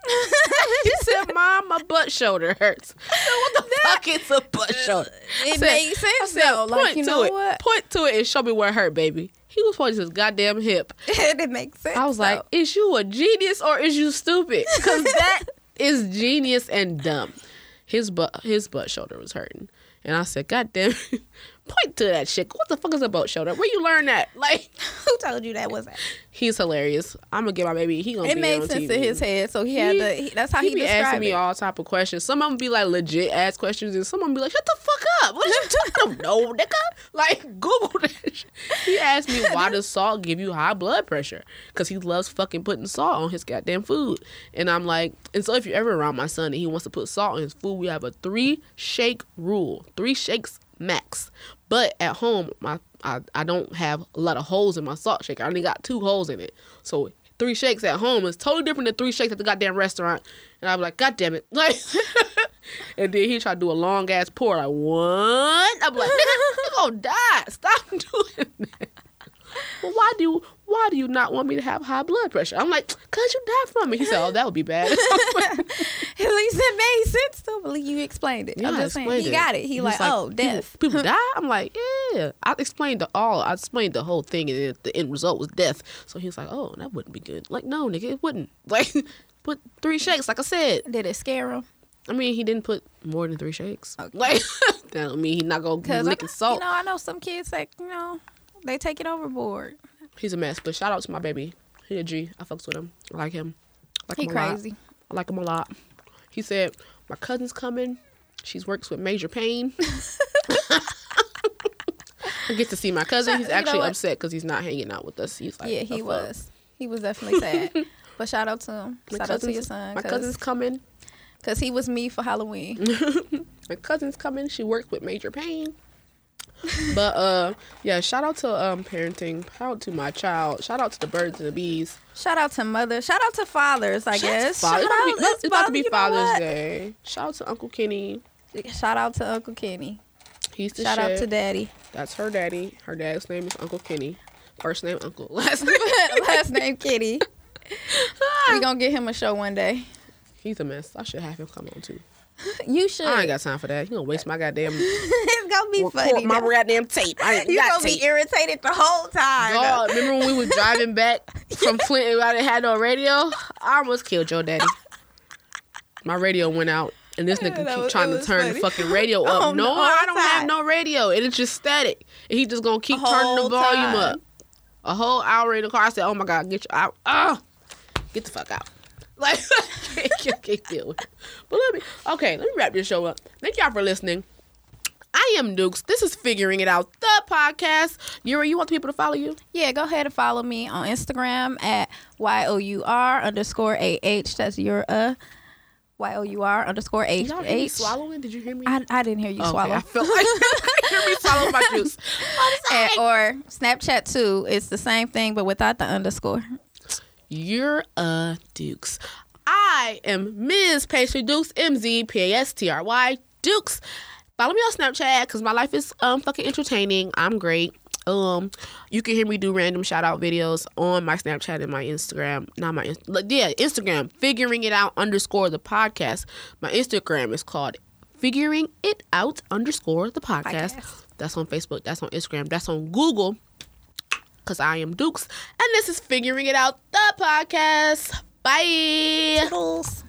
[SPEAKER 2] he said, "Mom, my butt shoulder hurts." So what the fuck is a butt shoulder? I
[SPEAKER 3] it
[SPEAKER 2] said-
[SPEAKER 3] makes sense
[SPEAKER 2] said,
[SPEAKER 3] though. Like you
[SPEAKER 2] to
[SPEAKER 3] know
[SPEAKER 2] it.
[SPEAKER 3] what?
[SPEAKER 2] Point to it and show me where it hurt, baby. He was pointing to his goddamn hip.
[SPEAKER 3] [laughs] it makes sense.
[SPEAKER 2] I was like,
[SPEAKER 3] though.
[SPEAKER 2] is you a genius or is you stupid? Because that is genius and dumb. His butt, his butt shoulder was hurting, and I said, "God damn, it. [laughs] point to that shit. What the fuck is a butt shoulder? Where you learn that?" Like,
[SPEAKER 3] [laughs] who told you that was?
[SPEAKER 2] he's hilarious. I'm gonna get my baby. He gonna
[SPEAKER 3] It
[SPEAKER 2] be
[SPEAKER 3] made
[SPEAKER 2] on
[SPEAKER 3] sense
[SPEAKER 2] TV.
[SPEAKER 3] in his head, so he, had to. He, that's how he,
[SPEAKER 2] be asking
[SPEAKER 3] described
[SPEAKER 2] me
[SPEAKER 3] it.
[SPEAKER 2] all type of questions. Some of them be like legit ass questions, and some of them be like, "Shut the fuck up! What you
[SPEAKER 3] [laughs]
[SPEAKER 2] talking about, no nigga?" Like Google that. shit. He asked me why does salt give you high blood pressure? Because he loves fucking putting salt on his goddamn food. And I'm like, and so if you're ever around my son and he wants to put salt on his food, we have a three shake rule, three shakes max. But at home, my I, I don't have a lot of holes in my salt shaker. I only got two holes in it. So three shakes at home is totally different than three shakes at the goddamn restaurant. And I'm like, God damn it. [laughs] Like And then he tried to do a long ass pour, like, what? I'm like, nigga, you gonna die. Stop [laughs] doing that. Well, why do you why do you not want me to have high blood pressure? I'm like, cause you die from it. He said, Oh, that would be bad. [laughs]
[SPEAKER 3] [laughs] At least it made sense though. But you explained it.
[SPEAKER 2] Yeah,
[SPEAKER 3] I'm
[SPEAKER 2] I
[SPEAKER 3] just saying,
[SPEAKER 2] explained
[SPEAKER 3] he
[SPEAKER 2] it.
[SPEAKER 3] got it. He,
[SPEAKER 2] He was
[SPEAKER 3] like,
[SPEAKER 2] like,
[SPEAKER 3] oh, death. [laughs]
[SPEAKER 2] people die. I'm like, yeah. I explained the all. I explained the whole thing, and then the end result was death. So he was like, oh, that wouldn't be good. Like, no, nigga, it wouldn't. [laughs] Like, put three shakes. Like I said,
[SPEAKER 3] Did it scare him?
[SPEAKER 2] I mean, he didn't put more than three shakes.
[SPEAKER 3] Okay.
[SPEAKER 2] Like, [laughs] that don't mean he not gonna be
[SPEAKER 3] Because
[SPEAKER 2] licking salt.
[SPEAKER 3] You know, I know some kids like you know they take it overboard.
[SPEAKER 2] He's a mess. But shout out to my baby. He a G. I fucks with him. I like him. I like
[SPEAKER 3] He
[SPEAKER 2] him a lot.
[SPEAKER 3] crazy.
[SPEAKER 2] I like him a lot. He said, My cousin's coming. She works with major
[SPEAKER 3] [laughs]
[SPEAKER 2] pain. I get to see my cousin. He's
[SPEAKER 3] You know
[SPEAKER 2] actually
[SPEAKER 3] what?
[SPEAKER 2] upset because he's not hanging out with us. He's like,
[SPEAKER 3] yeah,
[SPEAKER 2] "The
[SPEAKER 3] he
[SPEAKER 2] fuck?"
[SPEAKER 3] was. He was definitely sad.
[SPEAKER 2] [laughs]
[SPEAKER 3] but shout out to him.
[SPEAKER 2] My
[SPEAKER 3] shout out to
[SPEAKER 2] cousin's-
[SPEAKER 3] your son.
[SPEAKER 2] My cousin's Mm. coming. [laughs]
[SPEAKER 3] Because he was me for Halloween.
[SPEAKER 2] my cousin's coming. She works with major pain.
[SPEAKER 3] [laughs]
[SPEAKER 2] but uh, yeah, shout out to um parenting. Shout out to my child. Shout out to the birds and the bees.
[SPEAKER 3] Shout out to mother. Shout out to fathers, I guess.
[SPEAKER 2] Father-
[SPEAKER 3] Shout
[SPEAKER 2] it's about to
[SPEAKER 3] out-
[SPEAKER 2] be- it's about to
[SPEAKER 3] father-
[SPEAKER 2] be
[SPEAKER 3] you know
[SPEAKER 2] Father's
[SPEAKER 3] what?
[SPEAKER 2] Day. Shout out to Uncle Kenny.
[SPEAKER 3] Shout out to Uncle Kenny.
[SPEAKER 2] He's the
[SPEAKER 3] Shout out to
[SPEAKER 2] shit. [laughs]
[SPEAKER 3] Daddy. [laughs]
[SPEAKER 2] That's her daddy. Her dad's name is Uncle Kenny. First name Uncle. [laughs] Last name.
[SPEAKER 3] Last
[SPEAKER 2] [laughs]
[SPEAKER 3] name Kitty. we gonna get him a show one day.
[SPEAKER 2] He's a mess. I should have him come on too.
[SPEAKER 3] You should.
[SPEAKER 2] I ain't got time for that. You gonna waste my goddamn
[SPEAKER 3] [laughs] it's gonna be funny.
[SPEAKER 2] my
[SPEAKER 3] though.
[SPEAKER 2] goddamn tape. I ain't
[SPEAKER 3] [laughs] you
[SPEAKER 2] got
[SPEAKER 3] gonna
[SPEAKER 2] tape.
[SPEAKER 3] be irritated the whole time.
[SPEAKER 2] God, remember when we was driving back
[SPEAKER 3] [laughs]
[SPEAKER 2] from Flint and I didn't had no radio? I almost killed your daddy. My radio went out, and this nigga
[SPEAKER 3] That
[SPEAKER 2] keep
[SPEAKER 3] was-
[SPEAKER 2] trying
[SPEAKER 3] it
[SPEAKER 2] to
[SPEAKER 3] was
[SPEAKER 2] turn the
[SPEAKER 3] funny.
[SPEAKER 2] fucking radio up.
[SPEAKER 3] [laughs] Oh,
[SPEAKER 2] no,
[SPEAKER 3] no,
[SPEAKER 2] I don't
[SPEAKER 3] outside.
[SPEAKER 2] have no radio, and it's just static. And he just gonna keep turning the
[SPEAKER 3] Whole
[SPEAKER 2] volume
[SPEAKER 3] time.
[SPEAKER 2] up. A whole hour in the car, I said, "Oh my god, get you out! Ah, get the fuck out!" [laughs] Like, I can't, can't deal with it. But let me, okay, let me wrap this show up. Thank y'all for listening. I am Dukes. This is Figuring It Out, the podcast. Yuri, you want people to follow you?
[SPEAKER 3] Yeah, go ahead and follow me on Instagram at y o u r underscore a h. That's your uh y o u r underscore a
[SPEAKER 2] Did y'all hear me
[SPEAKER 3] h.
[SPEAKER 2] swallowing? Did you hear me?
[SPEAKER 3] I, I didn't hear you
[SPEAKER 2] Okay,
[SPEAKER 3] swallow.
[SPEAKER 2] I felt
[SPEAKER 3] [laughs]
[SPEAKER 2] like [laughs] you hear me swallow my juice.
[SPEAKER 3] And- or Snapchat too. It's the same thing, but without the underscore.
[SPEAKER 2] You're a Dukes. I am Ms. Pastry Dukes, M Z P A S T R Y Dukes. Follow me on Snapchat because my life is um fucking entertaining. I'm great. Um, you can hear me do random shout out videos on my Snapchat and my Instagram. Not my Inst- like, yeah Instagram. Figuring it out underscore the podcast. My Instagram is called Figuring It Out underscore the podcast.
[SPEAKER 3] Podcast.
[SPEAKER 2] That's on Facebook. That's on Instagram. That's on Google. because I am Dukes, and this is Figuring It Out, the podcast. Bye.
[SPEAKER 3] Toodles.